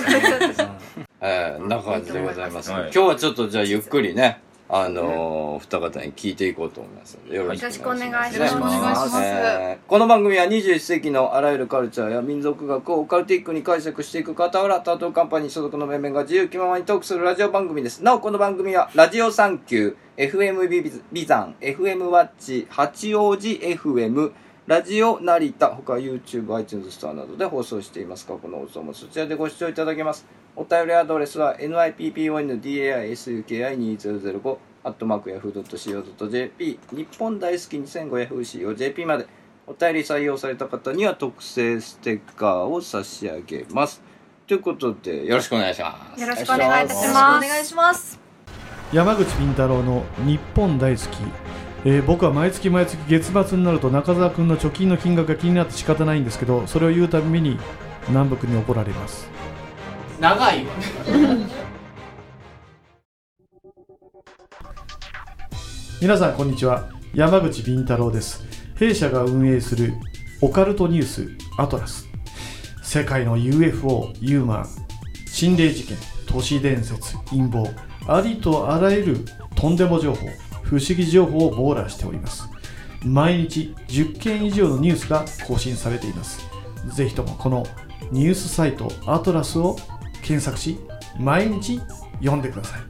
[SPEAKER 4] すよね
[SPEAKER 2] えー、な感じでございます、
[SPEAKER 3] はい
[SPEAKER 2] 今日はちょっとじゃあゆっくりねあの、お二方に聞いていこうと思いますので、よろしくお願いします。
[SPEAKER 6] よろしくお願いします
[SPEAKER 5] お願いします
[SPEAKER 2] えーこの番組は21世紀のあらゆるカルチャーや民族学をオカルティックに解釈していく傍ら、タートルカンパニー所属の面々が自由気ままにトークするラジオ番組です。なお、この番組は、ラジオサンキュー、FM ビビビザン、FM ワッチ、八王子 FM、ラジオ成田、他 YouTube、iTunes ストアなどで放送していますが、この放送もそちらでご視聴いただけます。お便りアドレスは nippondai.suki2005 アットマーク yahoo.co.jp 日本大好き 2005yahoo.co.jp までお便り採用された方には特製ステッカーを差し上げます。ということで、よろしくお願いします。
[SPEAKER 6] よろしくお願いいた
[SPEAKER 5] よろし
[SPEAKER 6] し
[SPEAKER 5] くお
[SPEAKER 6] ます。
[SPEAKER 5] 願いします
[SPEAKER 7] 山口敏太郎の日本大好き、えー僕は毎月毎月月末になると中澤君の貯金の金額が気になって仕方ないんですけどそれを言うたびに南北に怒られます
[SPEAKER 4] 長いわ
[SPEAKER 7] 皆さんこんにちは山口敏太郎です弊社が運営するオカルトニュースアトラス世界の UFO ユーマン心霊事件都市伝説陰謀ありとあらゆるとんでも情報不思議情報を網羅しております毎日10件以上のニュースが更新されていますぜひともこのニュースサイトアトラスを検索し毎日読んでください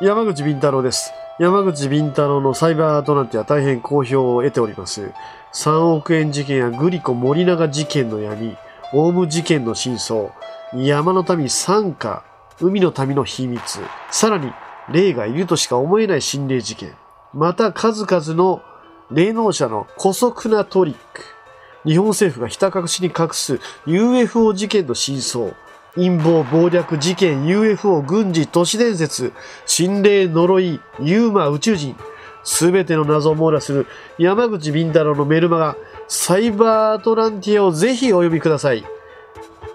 [SPEAKER 8] 山口敏太郎です。山口敏太郎のサイバーアトランティア大変好評を得ております。3億円事件やグリコ森永事件の闇、オウム事件の真相、山の民参加、海の民の秘密、さらに霊がいるとしか思えない心霊事件、また数々の霊能者の古速なトリック、日本政府がひた隠しに隠す UFO 事件の真相、陰謀、暴略、事件、UFO、軍事、都市伝説、心霊、呪い、ユーマ、宇宙人、すべての謎を網羅する山口敏太郎のメルマガ、サイバーアトランティアをぜひお読みください。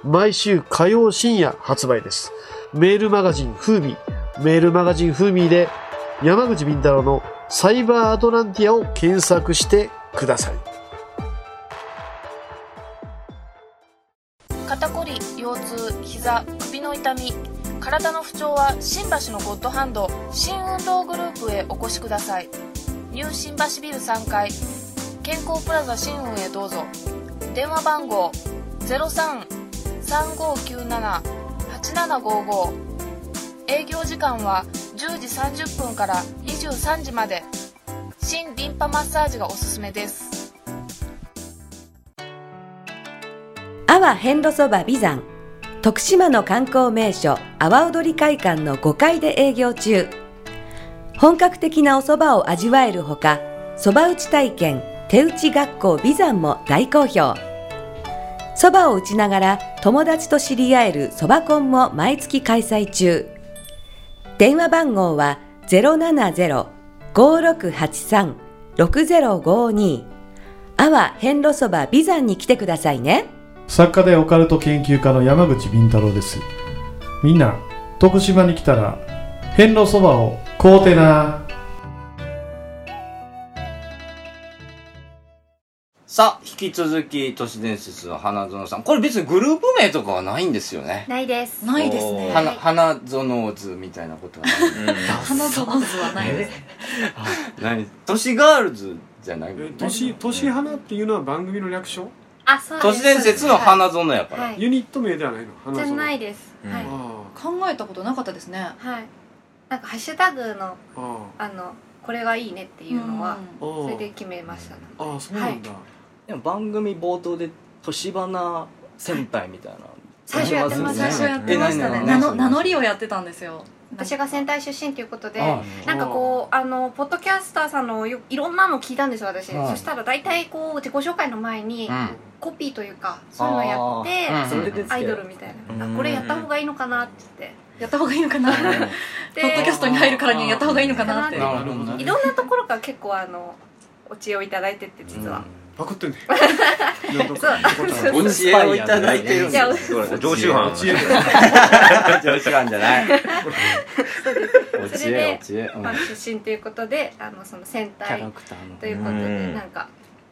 [SPEAKER 8] 毎週火曜深夜発売です。メールマガジンフーミー、メールマガジンフーミーで山口敏太郎のサイバーアトランティアを検索してください。
[SPEAKER 9] 肩こり腰痛膝首の痛み体の不調は新橋のゴッドハンド新運動グループへお越しくださいニュー新橋ビル3階健康プラザ新運へどうぞ電話番号0335978755営業時間は10時30分から23時まで新リンパマッサージがおすすめです
[SPEAKER 10] 阿波遍路そば美山徳島の観光名所阿波踊り会館の5階で営業中本格的なお蕎麦を味わえるほか蕎麦打ち体験手打ち学校美山も大好評蕎麦を打ちながら友達と知り合える蕎麦コンも毎月開催中電話番号は070-5683-6052阿波遍路そば美山に来てくださいね
[SPEAKER 7] 作家でオカルト研究家の山口敏太郎ですみんな徳島に来たら遍路そばを買うてな
[SPEAKER 2] さあ、引き続き、都市伝説の花園さん。これ別にグループ名とかはないんですよね。
[SPEAKER 6] ないです。
[SPEAKER 5] ないですね
[SPEAKER 2] 花、花園図みたいなことは
[SPEAKER 5] 花とまずはないです
[SPEAKER 2] ない。ない。都市ガールズじゃない
[SPEAKER 1] え年年花っていうのは番組の略称
[SPEAKER 6] あ、そう
[SPEAKER 2] 都
[SPEAKER 6] で
[SPEAKER 2] 市
[SPEAKER 6] す。
[SPEAKER 2] 伝説の花園やから。
[SPEAKER 6] はい。
[SPEAKER 1] ユニット名ではないの花
[SPEAKER 6] じゃ
[SPEAKER 1] 園
[SPEAKER 6] ないです。
[SPEAKER 3] うん
[SPEAKER 6] はい。
[SPEAKER 1] あ
[SPEAKER 5] 考えたことなかったですね
[SPEAKER 6] はい。なんかハッシュタグの
[SPEAKER 1] ああ
[SPEAKER 6] あのこれがいいねっていうのは
[SPEAKER 1] あ
[SPEAKER 6] それ
[SPEAKER 1] ー
[SPEAKER 6] で決めました。
[SPEAKER 1] ああそうなんだ、
[SPEAKER 4] でも番組冒頭で「年花戦隊」みたいな
[SPEAKER 6] 最初やってまし
[SPEAKER 4] あ
[SPEAKER 6] た
[SPEAKER 4] りす
[SPEAKER 5] 最
[SPEAKER 4] よ
[SPEAKER 5] 初
[SPEAKER 4] ね
[SPEAKER 5] やってました
[SPEAKER 2] え
[SPEAKER 5] ね
[SPEAKER 2] 何
[SPEAKER 5] 名
[SPEAKER 2] 々
[SPEAKER 5] の名乗りをやってたんですよ
[SPEAKER 6] 私が戦隊出身ということで
[SPEAKER 4] あ
[SPEAKER 6] なんかこうあのポッドキャスターさんのよいろんなの聞いたんですよ私、
[SPEAKER 2] はい
[SPEAKER 6] そしたら大体こう自己紹介の前に
[SPEAKER 2] うん。
[SPEAKER 6] コピーというかそういうのやって
[SPEAKER 2] あー
[SPEAKER 6] そ
[SPEAKER 2] うん
[SPEAKER 6] う
[SPEAKER 2] そ
[SPEAKER 4] で
[SPEAKER 2] れ
[SPEAKER 4] すけど
[SPEAKER 6] アイドルみたいな
[SPEAKER 3] う
[SPEAKER 6] あ
[SPEAKER 3] ん
[SPEAKER 6] これやった方がいいのかなって言っ
[SPEAKER 5] やった方がいいのかなポッ
[SPEAKER 6] て
[SPEAKER 5] ドキャ
[SPEAKER 6] で
[SPEAKER 5] ストに入るからにはやった方がいいのかなって
[SPEAKER 2] なるほど
[SPEAKER 6] い
[SPEAKER 2] ね。
[SPEAKER 6] ろんなところから結構あのお知恵をいただいてて実は、
[SPEAKER 1] パクってんね
[SPEAKER 2] お知恵をいただいてるん
[SPEAKER 6] じゃあ
[SPEAKER 2] です。
[SPEAKER 3] ほら常習犯
[SPEAKER 1] 知恵
[SPEAKER 2] 常習犯じゃない。お
[SPEAKER 6] そ
[SPEAKER 2] 知
[SPEAKER 6] れ
[SPEAKER 2] 恵
[SPEAKER 6] で、
[SPEAKER 2] お知恵。うん
[SPEAKER 6] まあ、出身ということであのその戦
[SPEAKER 4] キャ
[SPEAKER 6] 隊
[SPEAKER 4] ラクターの
[SPEAKER 6] ということ
[SPEAKER 3] う
[SPEAKER 6] で
[SPEAKER 3] ん
[SPEAKER 6] なんか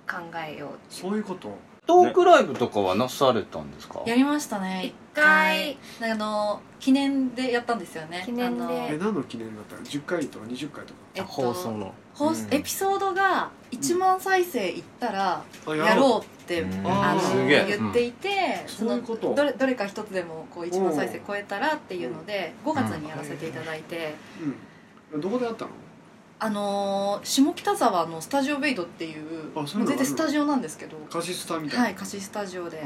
[SPEAKER 6] 考えよう
[SPEAKER 1] そういうこと
[SPEAKER 2] トークライブとかはなされたんですか
[SPEAKER 5] やりましたね
[SPEAKER 6] 一
[SPEAKER 5] 回あの記念でやったんですよね記念
[SPEAKER 1] え何の記念だったの10回とか20回とか
[SPEAKER 5] えっと
[SPEAKER 4] 放送の
[SPEAKER 5] 放送エピソードが1万再生いったら
[SPEAKER 1] うん
[SPEAKER 5] やろうって、
[SPEAKER 1] ん
[SPEAKER 5] あの
[SPEAKER 1] すげえ
[SPEAKER 5] 言っていて、
[SPEAKER 1] うん
[SPEAKER 5] その
[SPEAKER 1] そういうこと
[SPEAKER 5] どれどれか一つでもこう1万再生超えたらっていうので5月にやらせていただいて、
[SPEAKER 1] うんどこであったの
[SPEAKER 5] あのー下北沢のスタジオベイドっていう
[SPEAKER 1] そういうのがあるの
[SPEAKER 5] もう全然スタジオなんですけど
[SPEAKER 1] 貸しスタみたいな
[SPEAKER 5] はい貸しスタジオで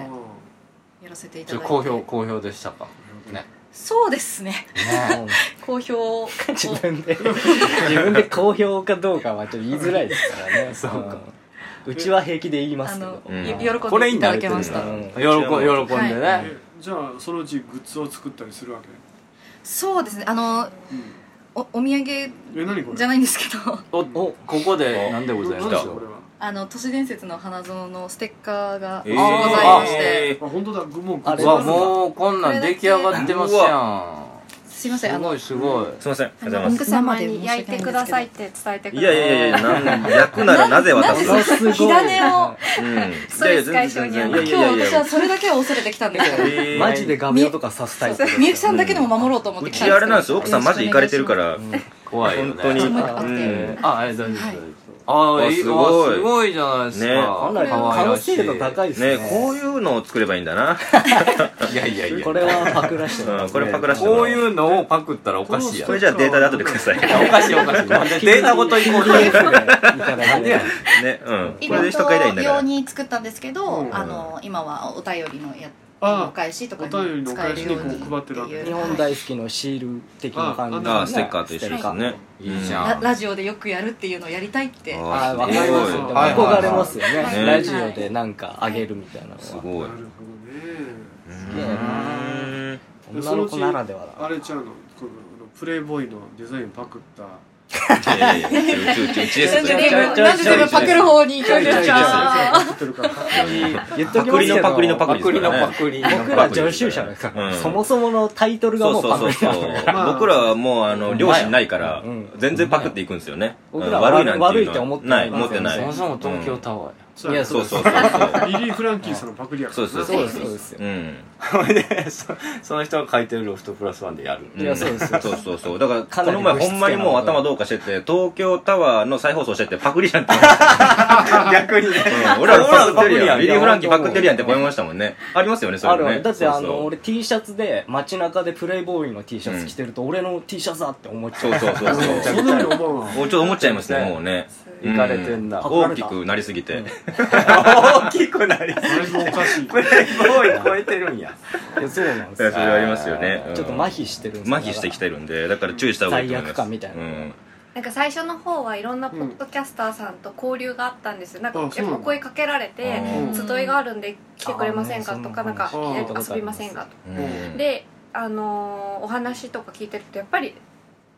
[SPEAKER 5] やらせていた
[SPEAKER 2] ちょ
[SPEAKER 5] だいて
[SPEAKER 2] 好評好評でしたかね
[SPEAKER 5] そうですね
[SPEAKER 2] ね
[SPEAKER 5] 好評を
[SPEAKER 4] 自分で自分で好評かどうかはちょっと言いづらいですからね そうかうちは平気で言いますけど
[SPEAKER 5] あのよ喜んで
[SPEAKER 4] これに慣れ
[SPEAKER 5] いただけました
[SPEAKER 4] てるんだ
[SPEAKER 2] 喜ん喜んでね、
[SPEAKER 1] えじゃあそのうちグッズを作ったりするわけ
[SPEAKER 5] そうですねあのーおお土産
[SPEAKER 1] え何これ
[SPEAKER 5] じゃないんですけど
[SPEAKER 2] おここで何でございますか
[SPEAKER 5] あの都市伝説の花園のステッカーが
[SPEAKER 2] えー
[SPEAKER 5] ございまして、
[SPEAKER 1] あ本当だもう
[SPEAKER 2] あれはもうこんなん出来上がってますや
[SPEAKER 3] うん
[SPEAKER 5] すいませんあ
[SPEAKER 2] す
[SPEAKER 5] の
[SPEAKER 2] ごいすごい
[SPEAKER 3] すいませんありがとうございま
[SPEAKER 6] 奥
[SPEAKER 3] す
[SPEAKER 6] 様に焼いてくださいって伝えてくだ
[SPEAKER 3] いや
[SPEAKER 6] さい
[SPEAKER 3] いやいや なん焼くならなぜ渡す
[SPEAKER 5] なんで火種を
[SPEAKER 3] うんいやいや
[SPEAKER 6] ストレス解消
[SPEAKER 3] 全
[SPEAKER 6] に
[SPEAKER 3] 然全然
[SPEAKER 5] 今日
[SPEAKER 3] いやいやい
[SPEAKER 5] 私
[SPEAKER 3] や
[SPEAKER 5] はそれだけは恐れてきたんですよ
[SPEAKER 3] えー
[SPEAKER 4] マジで画面とかさせたいってこと
[SPEAKER 5] みゆきさんだけでも守ろうと思っ
[SPEAKER 3] う
[SPEAKER 5] てき
[SPEAKER 3] ち
[SPEAKER 5] たんですけど
[SPEAKER 3] あれなんですよ奥さんマジ行かれてるから
[SPEAKER 2] 怖いよね
[SPEAKER 3] 本当に
[SPEAKER 2] ちょっと
[SPEAKER 3] うん
[SPEAKER 2] あえ大丈夫大丈夫あ
[SPEAKER 3] あ
[SPEAKER 2] いい
[SPEAKER 3] すごい
[SPEAKER 2] あすごいじゃないですか、
[SPEAKER 3] ね
[SPEAKER 4] かなり完成度高いですね
[SPEAKER 3] ねこういうのを作ればいいんだな
[SPEAKER 2] いやいやいや
[SPEAKER 4] これはパクらして
[SPEAKER 3] うんこれパクらしてもら
[SPEAKER 2] こ
[SPEAKER 3] お
[SPEAKER 2] ういうのをパクったらおかしいや
[SPEAKER 3] こ
[SPEAKER 2] ん
[SPEAKER 3] れじゃあデータで後でください
[SPEAKER 2] おかしいおかしいなんでデータごと行こうとしてるなんでやねん
[SPEAKER 3] ねうん
[SPEAKER 5] イ
[SPEAKER 3] これ
[SPEAKER 5] ベ
[SPEAKER 3] で
[SPEAKER 5] ン
[SPEAKER 3] 人買いだいいん
[SPEAKER 5] ト
[SPEAKER 3] だから
[SPEAKER 5] 用に作ったんですけど、
[SPEAKER 1] うん
[SPEAKER 5] あの今はお便りのや
[SPEAKER 1] あ
[SPEAKER 5] お返しとか
[SPEAKER 1] お便り
[SPEAKER 5] に
[SPEAKER 1] のお
[SPEAKER 5] 使え
[SPEAKER 1] 返し
[SPEAKER 5] る
[SPEAKER 1] に
[SPEAKER 5] よ
[SPEAKER 1] こ
[SPEAKER 5] うに
[SPEAKER 1] う配ってるわけ
[SPEAKER 5] っ
[SPEAKER 1] ね
[SPEAKER 4] 日
[SPEAKER 5] ていう
[SPEAKER 4] 本大好きのシール的な感じ
[SPEAKER 3] あステッカーと一緒ですね
[SPEAKER 2] いいじ
[SPEAKER 3] ん
[SPEAKER 2] ゃん
[SPEAKER 5] ララジオでよくやるっていうのをやりたいって
[SPEAKER 4] あ
[SPEAKER 3] あ
[SPEAKER 4] ーわかりますよでも
[SPEAKER 2] はいはいは
[SPEAKER 4] 憧
[SPEAKER 2] い
[SPEAKER 4] れますよね
[SPEAKER 3] ね
[SPEAKER 4] ラジオでなんかあげるみたいなの
[SPEAKER 3] す
[SPEAKER 4] は
[SPEAKER 3] ごい
[SPEAKER 1] なるほどね
[SPEAKER 4] すげえな
[SPEAKER 3] うん
[SPEAKER 4] 女の子ならでは
[SPEAKER 1] あれちゃうのこのプレイボーイのデザインパクった
[SPEAKER 3] いやいやうちうちうちです
[SPEAKER 5] なんで
[SPEAKER 3] よ
[SPEAKER 5] 全部なんで全部パクる方に行くんですか
[SPEAKER 1] パクってるから
[SPEAKER 4] だ言っ
[SPEAKER 3] パクリのパクリのパクリ
[SPEAKER 2] パクリの
[SPEAKER 3] ですか
[SPEAKER 2] パ
[SPEAKER 3] らね
[SPEAKER 2] クリ
[SPEAKER 4] 僕ら女子者だから、
[SPEAKER 3] うん
[SPEAKER 4] そもそものタイトルが
[SPEAKER 3] そ
[SPEAKER 4] も
[SPEAKER 3] う
[SPEAKER 4] う
[SPEAKER 3] そ
[SPEAKER 4] パ
[SPEAKER 3] うそ
[SPEAKER 4] ク
[SPEAKER 3] う
[SPEAKER 4] リだ
[SPEAKER 3] そう
[SPEAKER 1] まあ
[SPEAKER 3] 僕らはもうあの両親ないから
[SPEAKER 4] うん
[SPEAKER 3] 全然パクっていくんですよねうん
[SPEAKER 4] 僕らは
[SPEAKER 3] 悪いなんていう
[SPEAKER 4] 悪いと
[SPEAKER 3] の
[SPEAKER 4] 思
[SPEAKER 3] は
[SPEAKER 4] ってな
[SPEAKER 3] ないい持ってない
[SPEAKER 2] そもそも東京
[SPEAKER 3] うん
[SPEAKER 2] タワーや
[SPEAKER 1] そう
[SPEAKER 4] いや
[SPEAKER 3] そうそうそうそう
[SPEAKER 1] リリー・フランキーさんのパクリやからな
[SPEAKER 3] そう
[SPEAKER 4] そうですそうですよ
[SPEAKER 3] うん
[SPEAKER 2] それで そその人が書いてるロフトプラスワンでやる
[SPEAKER 4] いやそうです
[SPEAKER 3] そうそうそうだから
[SPEAKER 4] かな
[SPEAKER 3] こ
[SPEAKER 4] り
[SPEAKER 3] の前ほんまにもう
[SPEAKER 4] ぶしつけな
[SPEAKER 3] 頭どうかしてて東京タワーの再放送しててパクリじゃんって思いました
[SPEAKER 2] 逆にね
[SPEAKER 3] うん俺らパクってるやん
[SPEAKER 2] 俺
[SPEAKER 3] リリ
[SPEAKER 2] ら
[SPEAKER 3] ー・フ
[SPEAKER 2] パ
[SPEAKER 3] ラ
[SPEAKER 2] ク
[SPEAKER 3] ン
[SPEAKER 2] ってるやん
[SPEAKER 3] キーパクってるやんって思いましたもんねありますよねそ
[SPEAKER 4] あ
[SPEAKER 3] れ
[SPEAKER 4] るあ
[SPEAKER 3] ね
[SPEAKER 4] るだってあ
[SPEAKER 3] そうそう
[SPEAKER 4] の俺 T シャツで街中でプレイボーイの T シャツ着てると俺の T シャツだって思っち
[SPEAKER 3] そ
[SPEAKER 4] ゃ
[SPEAKER 3] う
[SPEAKER 4] う
[SPEAKER 3] そうそうそう
[SPEAKER 1] そんなに思うわ
[SPEAKER 3] もうちょっと思っちゃいますねもうね
[SPEAKER 2] 行かれてんな
[SPEAKER 3] う大きくなりすぎて
[SPEAKER 2] 大きくなりす
[SPEAKER 1] だいぶおかしい
[SPEAKER 2] プレイボーイ超えてるんや
[SPEAKER 4] いやそうなんです
[SPEAKER 3] それ
[SPEAKER 4] よ
[SPEAKER 3] はありますよねうん
[SPEAKER 4] ちょっと麻痺してるんですよ
[SPEAKER 3] 麻痺してきてるんでだから注意した方がいいと思います
[SPEAKER 4] 罪悪感みたいな
[SPEAKER 3] うん
[SPEAKER 6] なんか最初の方はいろんなポッドキャスターさんと交流があったんですよなんか
[SPEAKER 1] あそうなんだ
[SPEAKER 6] お声かけられて
[SPEAKER 3] うん
[SPEAKER 6] 集いがあるんで来てくれません
[SPEAKER 4] あ
[SPEAKER 6] か
[SPEAKER 4] ー
[SPEAKER 6] とかなんか
[SPEAKER 1] そんな話
[SPEAKER 6] 遊びませんか
[SPEAKER 3] うん
[SPEAKER 6] とであのーお話とか聞いてるとやっぱり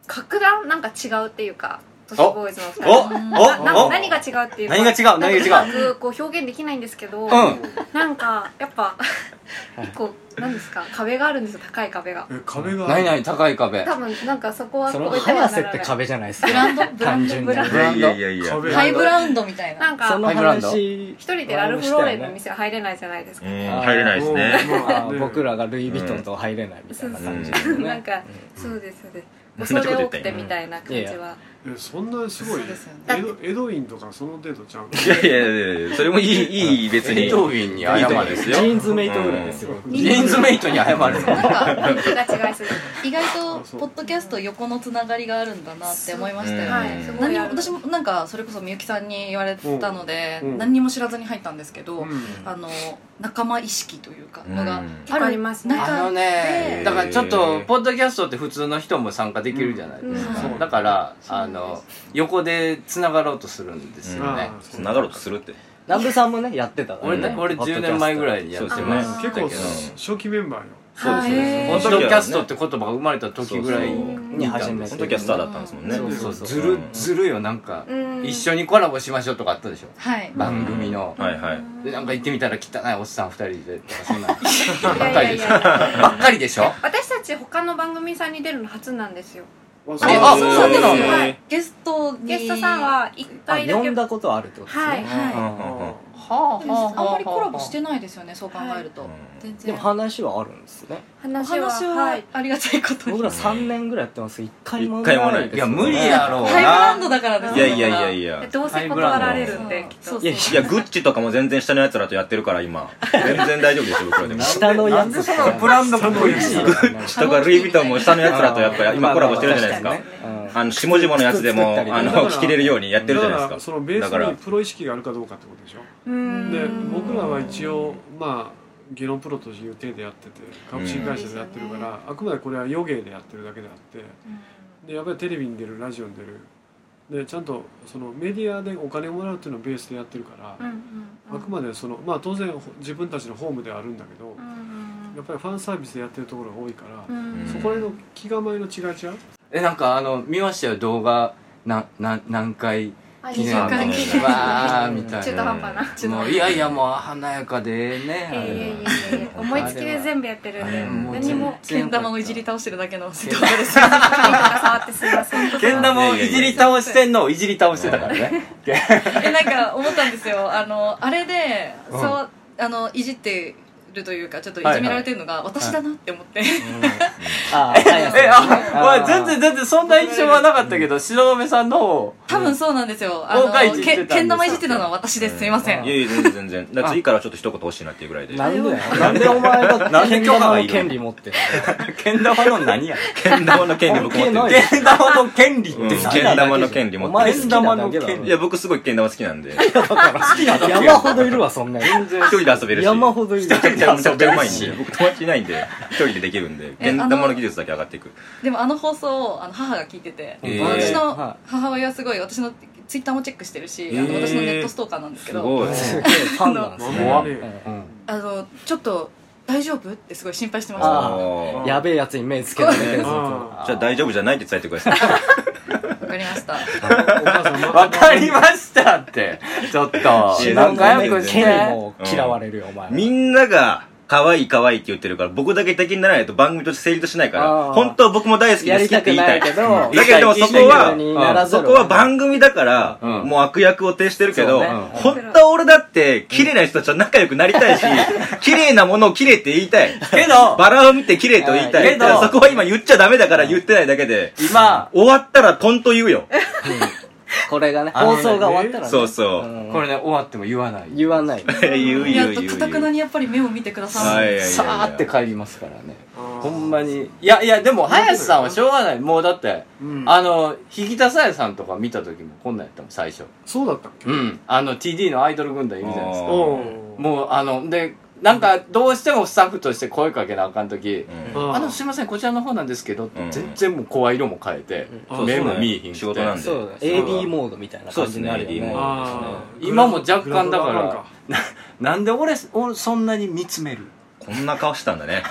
[SPEAKER 6] 格段なんか違うっていうか都市ボーイズの2
[SPEAKER 2] お
[SPEAKER 6] 人な
[SPEAKER 2] おお
[SPEAKER 6] 何が違うっていうか
[SPEAKER 2] 何が違う何が違う
[SPEAKER 6] なんかうまくこう表現できないんですけど、なんかやっぱ 一個何ですか壁があるんですよ高い壁が
[SPEAKER 1] え壁が
[SPEAKER 2] 何々高い壁
[SPEAKER 6] 多分なんかそこは
[SPEAKER 4] そ
[SPEAKER 6] 超
[SPEAKER 4] の
[SPEAKER 6] えては
[SPEAKER 4] 早
[SPEAKER 6] な
[SPEAKER 4] 瀬
[SPEAKER 6] ら
[SPEAKER 4] っ
[SPEAKER 6] な
[SPEAKER 4] て
[SPEAKER 6] い
[SPEAKER 4] 壁じゃないですか
[SPEAKER 5] ブランドブラン
[SPEAKER 4] 単
[SPEAKER 5] ド
[SPEAKER 4] 純
[SPEAKER 5] ブ
[SPEAKER 4] に
[SPEAKER 5] ラン
[SPEAKER 3] いやいやいやいや
[SPEAKER 1] 壁
[SPEAKER 5] ドハイブランドみたいな
[SPEAKER 6] なん
[SPEAKER 4] そ
[SPEAKER 6] か
[SPEAKER 4] の
[SPEAKER 2] ハイブランド
[SPEAKER 4] 話
[SPEAKER 6] 一人でラルフ・ローレンの店は入れないじゃないですか、
[SPEAKER 3] うん入れないですね
[SPEAKER 1] もうま
[SPEAKER 4] あ
[SPEAKER 1] あ
[SPEAKER 4] ー僕らがルイ・ヴィトンとは入れないみた
[SPEAKER 6] そ
[SPEAKER 4] いうな
[SPEAKER 6] そう
[SPEAKER 4] 感じ
[SPEAKER 6] そ
[SPEAKER 4] です
[SPEAKER 6] う、
[SPEAKER 4] ね
[SPEAKER 6] なんか、そうですよね
[SPEAKER 3] うん
[SPEAKER 6] 恐れ多くてみたいな感じは、
[SPEAKER 1] えそんなすごい
[SPEAKER 5] そうですよね
[SPEAKER 1] エドエドウィンとかその程度ちゃう
[SPEAKER 3] いやいやいやいやそれもいいいい別に
[SPEAKER 2] エドウィンに謝
[SPEAKER 3] いい
[SPEAKER 2] る
[SPEAKER 3] です
[SPEAKER 4] ジ
[SPEAKER 3] よ
[SPEAKER 4] ーンズメイトぐらいですよ
[SPEAKER 1] うん
[SPEAKER 2] ジーンズメイトに謝る
[SPEAKER 5] なんか
[SPEAKER 6] 雰囲気が違いすぎて
[SPEAKER 5] 意外とポッドキャスト横のつながりがあるんだなって思いましたよね、
[SPEAKER 3] うん
[SPEAKER 6] はいすごい
[SPEAKER 5] 何
[SPEAKER 6] あ
[SPEAKER 5] も
[SPEAKER 6] る
[SPEAKER 5] 私もなんかそれこそみゆきさんに言われたので、
[SPEAKER 1] うん
[SPEAKER 5] 何にも知らずに入ったんですけど、
[SPEAKER 1] うん
[SPEAKER 5] あの仲間意識というかのが
[SPEAKER 3] うん
[SPEAKER 5] ある
[SPEAKER 6] ありますね
[SPEAKER 5] 中
[SPEAKER 2] あのね
[SPEAKER 5] で
[SPEAKER 2] だからちょっとポッドキャストって普通の人も参加できるじゃないですか、
[SPEAKER 1] うん
[SPEAKER 2] だから
[SPEAKER 6] そう
[SPEAKER 2] あの横でつながろうとするんですよね
[SPEAKER 1] あ、ー
[SPEAKER 3] 繋がろうとするって
[SPEAKER 4] 南部さんもねやってたから
[SPEAKER 2] 俺
[SPEAKER 4] ね
[SPEAKER 2] ね俺
[SPEAKER 4] ポッドキャ
[SPEAKER 2] 10
[SPEAKER 4] スト
[SPEAKER 2] 年前ぐらいにや
[SPEAKER 3] そ
[SPEAKER 2] っ
[SPEAKER 3] うです
[SPEAKER 2] て
[SPEAKER 3] よ
[SPEAKER 2] ま
[SPEAKER 3] ね
[SPEAKER 2] した
[SPEAKER 1] 結
[SPEAKER 2] けど
[SPEAKER 1] 構初期メンバーよ
[SPEAKER 3] そうですよね
[SPEAKER 2] ポッドキャストって言葉が生まれた時ぐらい
[SPEAKER 4] に始め
[SPEAKER 3] そ
[SPEAKER 4] て
[SPEAKER 3] の時はスターだったんですもんね
[SPEAKER 4] そうそうそう
[SPEAKER 2] ずるずるよなんか
[SPEAKER 6] うん
[SPEAKER 2] 一緒にコラボしましょうとかあったでしょ
[SPEAKER 5] はい
[SPEAKER 2] 番組の
[SPEAKER 3] はいはい
[SPEAKER 2] でなんか行ってみたら汚いおっさん二人でとかそんな ばっ
[SPEAKER 6] いやい
[SPEAKER 2] か
[SPEAKER 6] や
[SPEAKER 2] り
[SPEAKER 6] い
[SPEAKER 2] でしょ
[SPEAKER 6] や
[SPEAKER 2] ばっかりでしょ
[SPEAKER 6] 私たち他の番組さんに出るの初なんですよ
[SPEAKER 1] あ
[SPEAKER 2] えあそうなんです
[SPEAKER 3] ね
[SPEAKER 5] ゲストに
[SPEAKER 6] ゲストさんは一
[SPEAKER 4] あ
[SPEAKER 6] 回だ
[SPEAKER 4] 呼
[SPEAKER 6] け
[SPEAKER 4] んだことあるってことですね
[SPEAKER 6] はい
[SPEAKER 5] はい
[SPEAKER 3] うんうんうん
[SPEAKER 5] でもあんまりコラボしてないですよねそう考えると、全
[SPEAKER 4] で
[SPEAKER 5] 然
[SPEAKER 4] も話はあるんですね
[SPEAKER 5] 話は
[SPEAKER 6] 話は
[SPEAKER 5] はいありがたいことに
[SPEAKER 4] 僕ら3年ぐらいやってますけど1回も
[SPEAKER 3] 一回もない
[SPEAKER 4] ですよね
[SPEAKER 3] いや無理やろうな
[SPEAKER 5] ハイブランドだからです
[SPEAKER 3] いやいやいやいや
[SPEAKER 6] どうせ断られるんできっと
[SPEAKER 3] いやいやグッチとかも全然下のやつらとやってるから今全然大丈夫ですよ僕らでも
[SPEAKER 4] 下のやつ
[SPEAKER 2] なんでそのブランド っぽい
[SPEAKER 3] グッチとかルイ・ヴィトンも下のやつらとやっぱ今コラボしてるじゃないですかあの下々のやつで
[SPEAKER 4] 作
[SPEAKER 3] も
[SPEAKER 4] ったりね
[SPEAKER 3] あ
[SPEAKER 1] だから
[SPEAKER 3] の切れるようにやってるじゃない
[SPEAKER 1] だか
[SPEAKER 3] で
[SPEAKER 1] ら
[SPEAKER 3] す
[SPEAKER 1] そ
[SPEAKER 3] か
[SPEAKER 1] のベー
[SPEAKER 3] だ
[SPEAKER 1] ス
[SPEAKER 3] から
[SPEAKER 1] にプロ意識があるかどうかってことでしょで僕らは一応まあゲノンプロという体でやってて株式会社でやってるから、あくまでこれは予芸でやってるだけであって、でやっぱりテレビに出るラジオに出るでちゃんとそのメディアでお金をもらうっていうのをベースでやってるから、あくまでそのまあ当然ほ自分たちのホームではあるんだけど、やっぱりファンサービスでやってるところが多いから、そこら辺の気構えの違いちゃう
[SPEAKER 2] えなんかあの見ましたよ動画なな何回
[SPEAKER 6] あ
[SPEAKER 2] 記念
[SPEAKER 6] 20回記念
[SPEAKER 2] わーみたいな
[SPEAKER 6] 中途半端な
[SPEAKER 2] もういやいやもう華やかでええね
[SPEAKER 6] いやいやいやいやいや思いつきで全部やってるんで
[SPEAKER 2] もう
[SPEAKER 6] 何も
[SPEAKER 5] けん玉をいじり倒してるだけの動
[SPEAKER 2] ん
[SPEAKER 5] 画ですよ
[SPEAKER 6] 触ってすいません
[SPEAKER 2] けん玉をいじり倒してんのをいじり倒してたからね
[SPEAKER 5] えなんか思ったんですよあのあれで、
[SPEAKER 2] うん
[SPEAKER 5] そうあのいじってるというかちょっといじめられてるのが私だなって思って、
[SPEAKER 4] あーはい
[SPEAKER 2] えあおい全然全然そんな印象はなかったけど白目さんの方
[SPEAKER 5] 多分そうなんですよあの
[SPEAKER 2] 僕がいじってたん
[SPEAKER 5] け
[SPEAKER 2] ですよ
[SPEAKER 5] けん玉いじってたのは私ですすいません
[SPEAKER 3] いやいや全然全然だから次からちょっと一言欲しいなっていうぐらいで
[SPEAKER 4] なんでだよなんでお前 がけん玉の権利持ってる
[SPEAKER 2] けん玉の何や
[SPEAKER 3] けん玉の権利僕持って
[SPEAKER 4] 関係ない
[SPEAKER 2] け
[SPEAKER 3] る
[SPEAKER 2] ん玉の権利っ
[SPEAKER 3] うん
[SPEAKER 2] て
[SPEAKER 3] けん玉の権利持
[SPEAKER 4] お
[SPEAKER 3] って
[SPEAKER 4] 前
[SPEAKER 3] る
[SPEAKER 4] 好きなだけだろ
[SPEAKER 3] いや僕すごいけん玉好き なんで
[SPEAKER 4] 好きなだけ山ほどいるわそんなやつ
[SPEAKER 3] 一人で遊べるし
[SPEAKER 4] 山ほどいる
[SPEAKER 3] めちゃくちゃうまいん で僕友達いないんで一人でできるんでけん玉の技術だけ上がっていく
[SPEAKER 5] でもあの放送をあの母が聞いてて、
[SPEAKER 3] えー
[SPEAKER 5] 私
[SPEAKER 4] は
[SPEAKER 5] の母親はすごい私のツイッターもチェックしてるし、あの
[SPEAKER 3] えー
[SPEAKER 5] 私のネットストーカーなんですけ
[SPEAKER 3] す
[SPEAKER 5] ど
[SPEAKER 3] ごい
[SPEAKER 4] すげえファンなんですね
[SPEAKER 1] あの
[SPEAKER 5] あのちょっと大丈夫ってすごい心配してまし
[SPEAKER 4] あ
[SPEAKER 5] た
[SPEAKER 3] あー
[SPEAKER 4] やべえやつに目つけてね
[SPEAKER 1] あ
[SPEAKER 3] じゃあ大丈夫じゃないって伝えてください
[SPEAKER 5] わかりました
[SPEAKER 1] お母さんま
[SPEAKER 2] わかりましたってちょっと
[SPEAKER 3] 知ら
[SPEAKER 2] なんんか早く
[SPEAKER 3] 知
[SPEAKER 2] し
[SPEAKER 4] ケ
[SPEAKER 2] て
[SPEAKER 4] ンにも嫌われるよお前は
[SPEAKER 3] みんなが、可愛い可愛いって言ってるから、僕だけ敵にならないと番組として成立しないから
[SPEAKER 4] あ、ー
[SPEAKER 3] 本当は僕も大好き
[SPEAKER 4] やり
[SPEAKER 3] で好きったて
[SPEAKER 4] く
[SPEAKER 3] 言い
[SPEAKER 4] な
[SPEAKER 3] た
[SPEAKER 4] い
[SPEAKER 3] い。
[SPEAKER 4] け
[SPEAKER 3] だ
[SPEAKER 4] ど
[SPEAKER 3] けどでもそこ
[SPEAKER 4] にな
[SPEAKER 3] は、
[SPEAKER 4] らざ
[SPEAKER 3] そ
[SPEAKER 4] る
[SPEAKER 3] こ
[SPEAKER 4] を
[SPEAKER 3] は
[SPEAKER 4] 得ない
[SPEAKER 3] 番組だから、
[SPEAKER 2] うん
[SPEAKER 3] もう悪役を呈してるけど、
[SPEAKER 4] そうね
[SPEAKER 3] 本当は俺だって、綺麗な人たちと仲良くなりたいし、綺麗なものを綺麗って言いたい。
[SPEAKER 2] けど
[SPEAKER 3] バラを見て綺麗と言いた
[SPEAKER 2] あー
[SPEAKER 3] い。
[SPEAKER 2] けど
[SPEAKER 3] だからそこは今言っちゃダメだから言ってないだけで、
[SPEAKER 2] 今
[SPEAKER 3] 終わったらトンと言うよ。
[SPEAKER 4] これがね
[SPEAKER 2] あの
[SPEAKER 4] 放送が終わったらね
[SPEAKER 3] そうそうう。
[SPEAKER 4] ん
[SPEAKER 2] これね終わっても言わない
[SPEAKER 4] 言わない
[SPEAKER 3] 言う 言う言
[SPEAKER 5] やっ
[SPEAKER 3] う
[SPEAKER 5] と
[SPEAKER 3] 言う。
[SPEAKER 5] かたくなにやっぱり目を見てくださ
[SPEAKER 3] はいいやいやいや
[SPEAKER 2] さーって帰りますからね
[SPEAKER 1] ー
[SPEAKER 2] ほんまにいやいやでも林さんはしょうがないもうだって、
[SPEAKER 1] うん
[SPEAKER 2] あの引田沙耶さんとか見た時もこんなんやったもん最初
[SPEAKER 1] そうだったっけ
[SPEAKER 2] うんあの TD のアイドル軍団いるじゃないですか
[SPEAKER 3] あー
[SPEAKER 1] うん
[SPEAKER 2] もうあのでなんかどうしてもスタッフとして声かけなあかん時
[SPEAKER 3] う、ん
[SPEAKER 2] あのすいませんこちらの方なんですけど、って
[SPEAKER 3] うん
[SPEAKER 2] 全然もう声色も変えて、
[SPEAKER 1] うん
[SPEAKER 2] 目も見えひんくて
[SPEAKER 3] 仕事なんで。
[SPEAKER 4] そうだ AB モードみたいな感じになるよ
[SPEAKER 3] そうですね AB
[SPEAKER 4] ね
[SPEAKER 3] モ
[SPEAKER 1] あー
[SPEAKER 2] 今も若干だか
[SPEAKER 1] グラドル
[SPEAKER 2] らななんで俺俺そんなに見つめ る
[SPEAKER 3] こんな顔したんだね。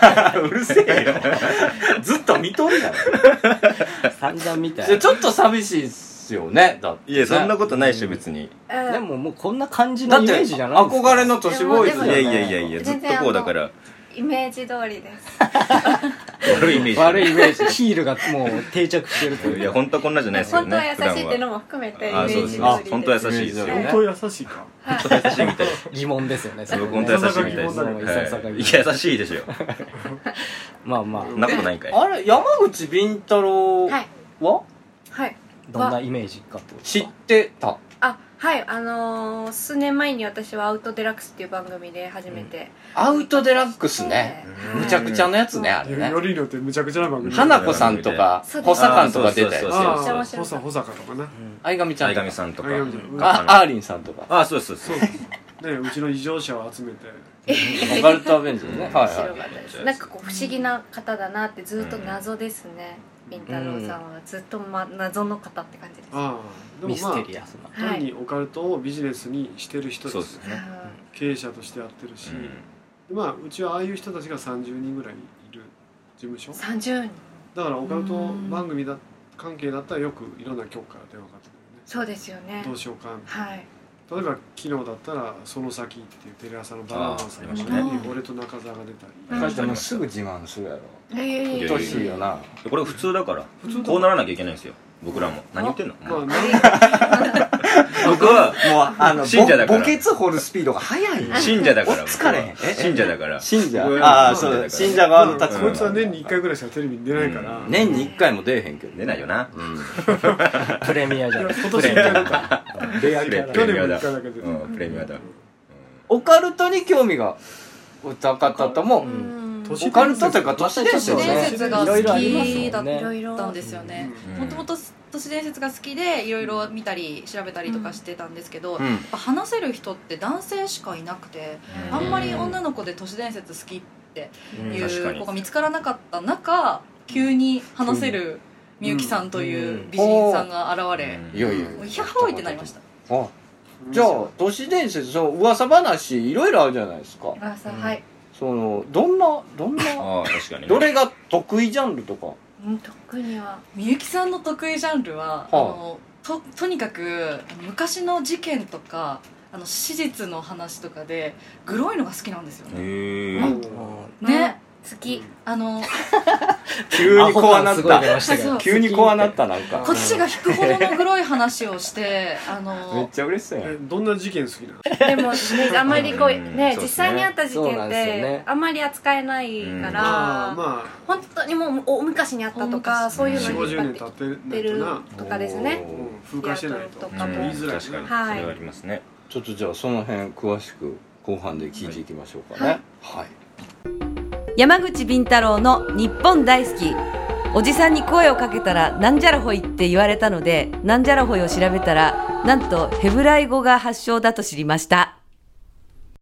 [SPEAKER 2] うるせえよ ずっと見と るやろ
[SPEAKER 4] 散々みた
[SPEAKER 2] で
[SPEAKER 4] い
[SPEAKER 2] ちょっと寂しいっすよねだってね
[SPEAKER 3] いや、そんなことないっしょ、別に。
[SPEAKER 4] なでももうこんな感じ
[SPEAKER 2] だ
[SPEAKER 4] の
[SPEAKER 2] っ
[SPEAKER 4] イ
[SPEAKER 2] て
[SPEAKER 4] メージじゃないですか
[SPEAKER 2] 憧れの都市ボーイ
[SPEAKER 3] い
[SPEAKER 2] ズ
[SPEAKER 4] そ
[SPEAKER 2] だ
[SPEAKER 4] う
[SPEAKER 2] よ
[SPEAKER 4] だね
[SPEAKER 3] やいやいやいや、ずっとこうだから、
[SPEAKER 6] イメージ通りです
[SPEAKER 3] 悪いイメージ。
[SPEAKER 4] 悪いイメージヒールがもう定着してるという
[SPEAKER 3] いや、本当はこんなじゃないですよ
[SPEAKER 6] 本
[SPEAKER 3] ね。
[SPEAKER 6] 当は優しいっていうの
[SPEAKER 3] も。
[SPEAKER 6] も含めてイメ
[SPEAKER 3] あ、そう
[SPEAKER 6] ージ
[SPEAKER 3] です
[SPEAKER 6] 通
[SPEAKER 3] ね。あ
[SPEAKER 6] り
[SPEAKER 3] 本当は
[SPEAKER 6] で
[SPEAKER 3] 優
[SPEAKER 6] す
[SPEAKER 3] しいですよ
[SPEAKER 2] イメージ通り
[SPEAKER 3] ね。
[SPEAKER 2] ね
[SPEAKER 1] 本当優しいか
[SPEAKER 3] 本当は優しいみたい。
[SPEAKER 4] 疑問ですよねそれ
[SPEAKER 3] す
[SPEAKER 4] ね
[SPEAKER 3] ごく本当は優しいみたいです。
[SPEAKER 4] もういささか
[SPEAKER 3] はい。いや、優しいでしょ。
[SPEAKER 4] まあま
[SPEAKER 3] そんなことないんかい。
[SPEAKER 2] あれ山口敏太郎
[SPEAKER 6] はい
[SPEAKER 2] は
[SPEAKER 6] はい
[SPEAKER 4] あどんなイメージかってこと
[SPEAKER 2] 知ってた、
[SPEAKER 6] あはいあのー数年前に私は「アウトデラックス」っていう番組で初めて、
[SPEAKER 2] アウトデラックスね、
[SPEAKER 6] うん
[SPEAKER 2] むちゃくちゃのやつねあれ
[SPEAKER 1] ら
[SPEAKER 2] ね
[SPEAKER 1] よりによってむちゃくちゃな番組
[SPEAKER 2] 花子さんとか
[SPEAKER 6] そう
[SPEAKER 2] 補
[SPEAKER 6] です
[SPEAKER 2] 佐官とか出て
[SPEAKER 3] そう
[SPEAKER 1] あ
[SPEAKER 3] そう
[SPEAKER 1] あ
[SPEAKER 6] そう
[SPEAKER 1] 保坂保坂とかな
[SPEAKER 2] 相上ちゃん
[SPEAKER 3] 相
[SPEAKER 2] とか
[SPEAKER 3] 上さんとか。
[SPEAKER 1] 相上さん
[SPEAKER 2] あ
[SPEAKER 3] あ
[SPEAKER 2] アーリンさんとか
[SPEAKER 3] あ、そうです、そ
[SPEAKER 1] そうう
[SPEAKER 3] で。
[SPEAKER 1] ですすねうちの異常者を集めて
[SPEAKER 2] オ カルトアベンジャーズねはい
[SPEAKER 6] 面白
[SPEAKER 2] は
[SPEAKER 6] かったですなんかこう不思議な方だなってずっと謎ですねり、んたろうさんはずっと、ま、謎の方って感じです、
[SPEAKER 1] ああでも
[SPEAKER 4] ミス
[SPEAKER 1] ま
[SPEAKER 4] テ
[SPEAKER 1] あ
[SPEAKER 4] リアスな
[SPEAKER 6] は
[SPEAKER 1] 単
[SPEAKER 6] い
[SPEAKER 1] にオカルトをビジネスにしてる人
[SPEAKER 3] そう
[SPEAKER 1] で
[SPEAKER 3] ですすね。
[SPEAKER 1] 経営者としてやってるし
[SPEAKER 3] うん
[SPEAKER 1] でまあうちはああいう人たちが30人ぐらいいる事務所
[SPEAKER 6] 30人
[SPEAKER 1] だからオカルト番組だ関係だったらよくいろんな局から電話がかかってく
[SPEAKER 6] そうですよ
[SPEAKER 1] る
[SPEAKER 6] ね
[SPEAKER 1] ねどうしようかみたいな
[SPEAKER 6] はい
[SPEAKER 1] 例えば昨日だったら「その先」っていうテレ朝のバナナマンさん
[SPEAKER 3] あーありました
[SPEAKER 5] ね
[SPEAKER 1] に俺と中澤が出たり
[SPEAKER 2] いだってもうすぐ自慢するやろ
[SPEAKER 6] いやいやい
[SPEAKER 3] い
[SPEAKER 6] や
[SPEAKER 3] や
[SPEAKER 2] うっとうしいよな
[SPEAKER 3] これ普通だから、こうならなきゃいけないんですよ。僕らも。何言ってんの
[SPEAKER 1] まあ
[SPEAKER 3] お前
[SPEAKER 1] な
[SPEAKER 3] 僕は、
[SPEAKER 11] もう、あの、
[SPEAKER 3] 信者だから
[SPEAKER 11] 墓穴掘るスピードが速いよ。
[SPEAKER 3] 信者だから
[SPEAKER 11] 追いつかれへん。え
[SPEAKER 3] 信者だから。
[SPEAKER 2] 信者
[SPEAKER 3] 僕は
[SPEAKER 2] ああ、そうだ。信者側の立場。
[SPEAKER 1] こいつは年に1回ぐらいしかテレビに出ないから、
[SPEAKER 2] 年に1回も出えへんけど。
[SPEAKER 3] 出ないよな。
[SPEAKER 4] プレミアじゃん。
[SPEAKER 1] 今年みたいなか
[SPEAKER 3] レアキャラ
[SPEAKER 1] 去
[SPEAKER 3] プレ
[SPEAKER 1] 年も
[SPEAKER 3] ミアだ。
[SPEAKER 1] 1回だけど、
[SPEAKER 3] うん、プレミアだ。
[SPEAKER 2] オカルトに興味がお高かったも、オカルトというか都市伝
[SPEAKER 5] 都市
[SPEAKER 2] 説
[SPEAKER 5] 伝
[SPEAKER 2] ね。
[SPEAKER 5] 説が好きだっ
[SPEAKER 4] いろい
[SPEAKER 5] たんですよねもともと都市伝説が好きでいろいろ見たり調べたりとかしてたんですけど、
[SPEAKER 2] うん
[SPEAKER 5] やっぱ話せる人って男性しかいなくて、
[SPEAKER 2] うん
[SPEAKER 5] あんまり女の子で都市伝説好きってい
[SPEAKER 2] うん確か
[SPEAKER 5] う
[SPEAKER 2] に
[SPEAKER 5] 子が見つからなかった中急に話せるみゆきさんという美人さんが現れ、
[SPEAKER 2] いやいや。
[SPEAKER 5] もうヒャッホーイってなりました
[SPEAKER 2] あじゃあ、都市伝説、そう、噂話、いろいろあるじゃないですか。
[SPEAKER 6] 噂はい
[SPEAKER 2] その、どんな、どんな、
[SPEAKER 3] ああ、確かにね。
[SPEAKER 2] どれが得意ジャンルとか。
[SPEAKER 6] うん特には
[SPEAKER 5] みゆきさんの得意ジャンルは、
[SPEAKER 2] はあ
[SPEAKER 5] あのととにかくあの昔の事件とかあの史実の話とかでグロいのが好きなんですよね
[SPEAKER 3] へえ。
[SPEAKER 5] ね
[SPEAKER 6] 好き
[SPEAKER 5] あの
[SPEAKER 2] 急に怖なっ
[SPEAKER 4] アホ感すごい出
[SPEAKER 2] た
[SPEAKER 4] ましたけど。
[SPEAKER 2] 急に怖なった、なんか。
[SPEAKER 5] こっちが引くほどのグロい話をしてあ
[SPEAKER 2] めっ
[SPEAKER 5] の
[SPEAKER 2] ちゃ嬉しそうやん。
[SPEAKER 1] どんな事件好きなの
[SPEAKER 6] でも、ね、あんまりこうね
[SPEAKER 3] そうですね
[SPEAKER 6] 実際にあった事
[SPEAKER 2] そう
[SPEAKER 6] 件
[SPEAKER 2] な
[SPEAKER 6] っ
[SPEAKER 2] んですよね
[SPEAKER 6] てあんまり扱えないから、
[SPEAKER 1] あーま
[SPEAKER 6] 本当にもう大昔にあったとかそう
[SPEAKER 1] あ
[SPEAKER 6] いう
[SPEAKER 1] 4
[SPEAKER 6] の
[SPEAKER 1] 5
[SPEAKER 6] に
[SPEAKER 1] 0
[SPEAKER 6] 引っ
[SPEAKER 1] 年
[SPEAKER 6] 張っ
[SPEAKER 1] 経ってな
[SPEAKER 6] て
[SPEAKER 1] い
[SPEAKER 6] 出
[SPEAKER 1] と
[SPEAKER 6] る
[SPEAKER 1] な
[SPEAKER 6] とかですね
[SPEAKER 1] うん風化してないと
[SPEAKER 6] と
[SPEAKER 1] ちょ
[SPEAKER 6] か
[SPEAKER 1] っ
[SPEAKER 6] も
[SPEAKER 1] と言いづらいし
[SPEAKER 3] 確かに。
[SPEAKER 1] な
[SPEAKER 6] はい
[SPEAKER 3] それはありますね。
[SPEAKER 2] ちょっとじゃあ、その辺、詳しく、後半で聞いていきましょうかね。はい。
[SPEAKER 10] 山口敏太郎の日本大好きおじさんに声をかけたらなんじゃらほいって言われたのでなんじゃらほいを調べたらなんとヘブライ語が発祥だと知りました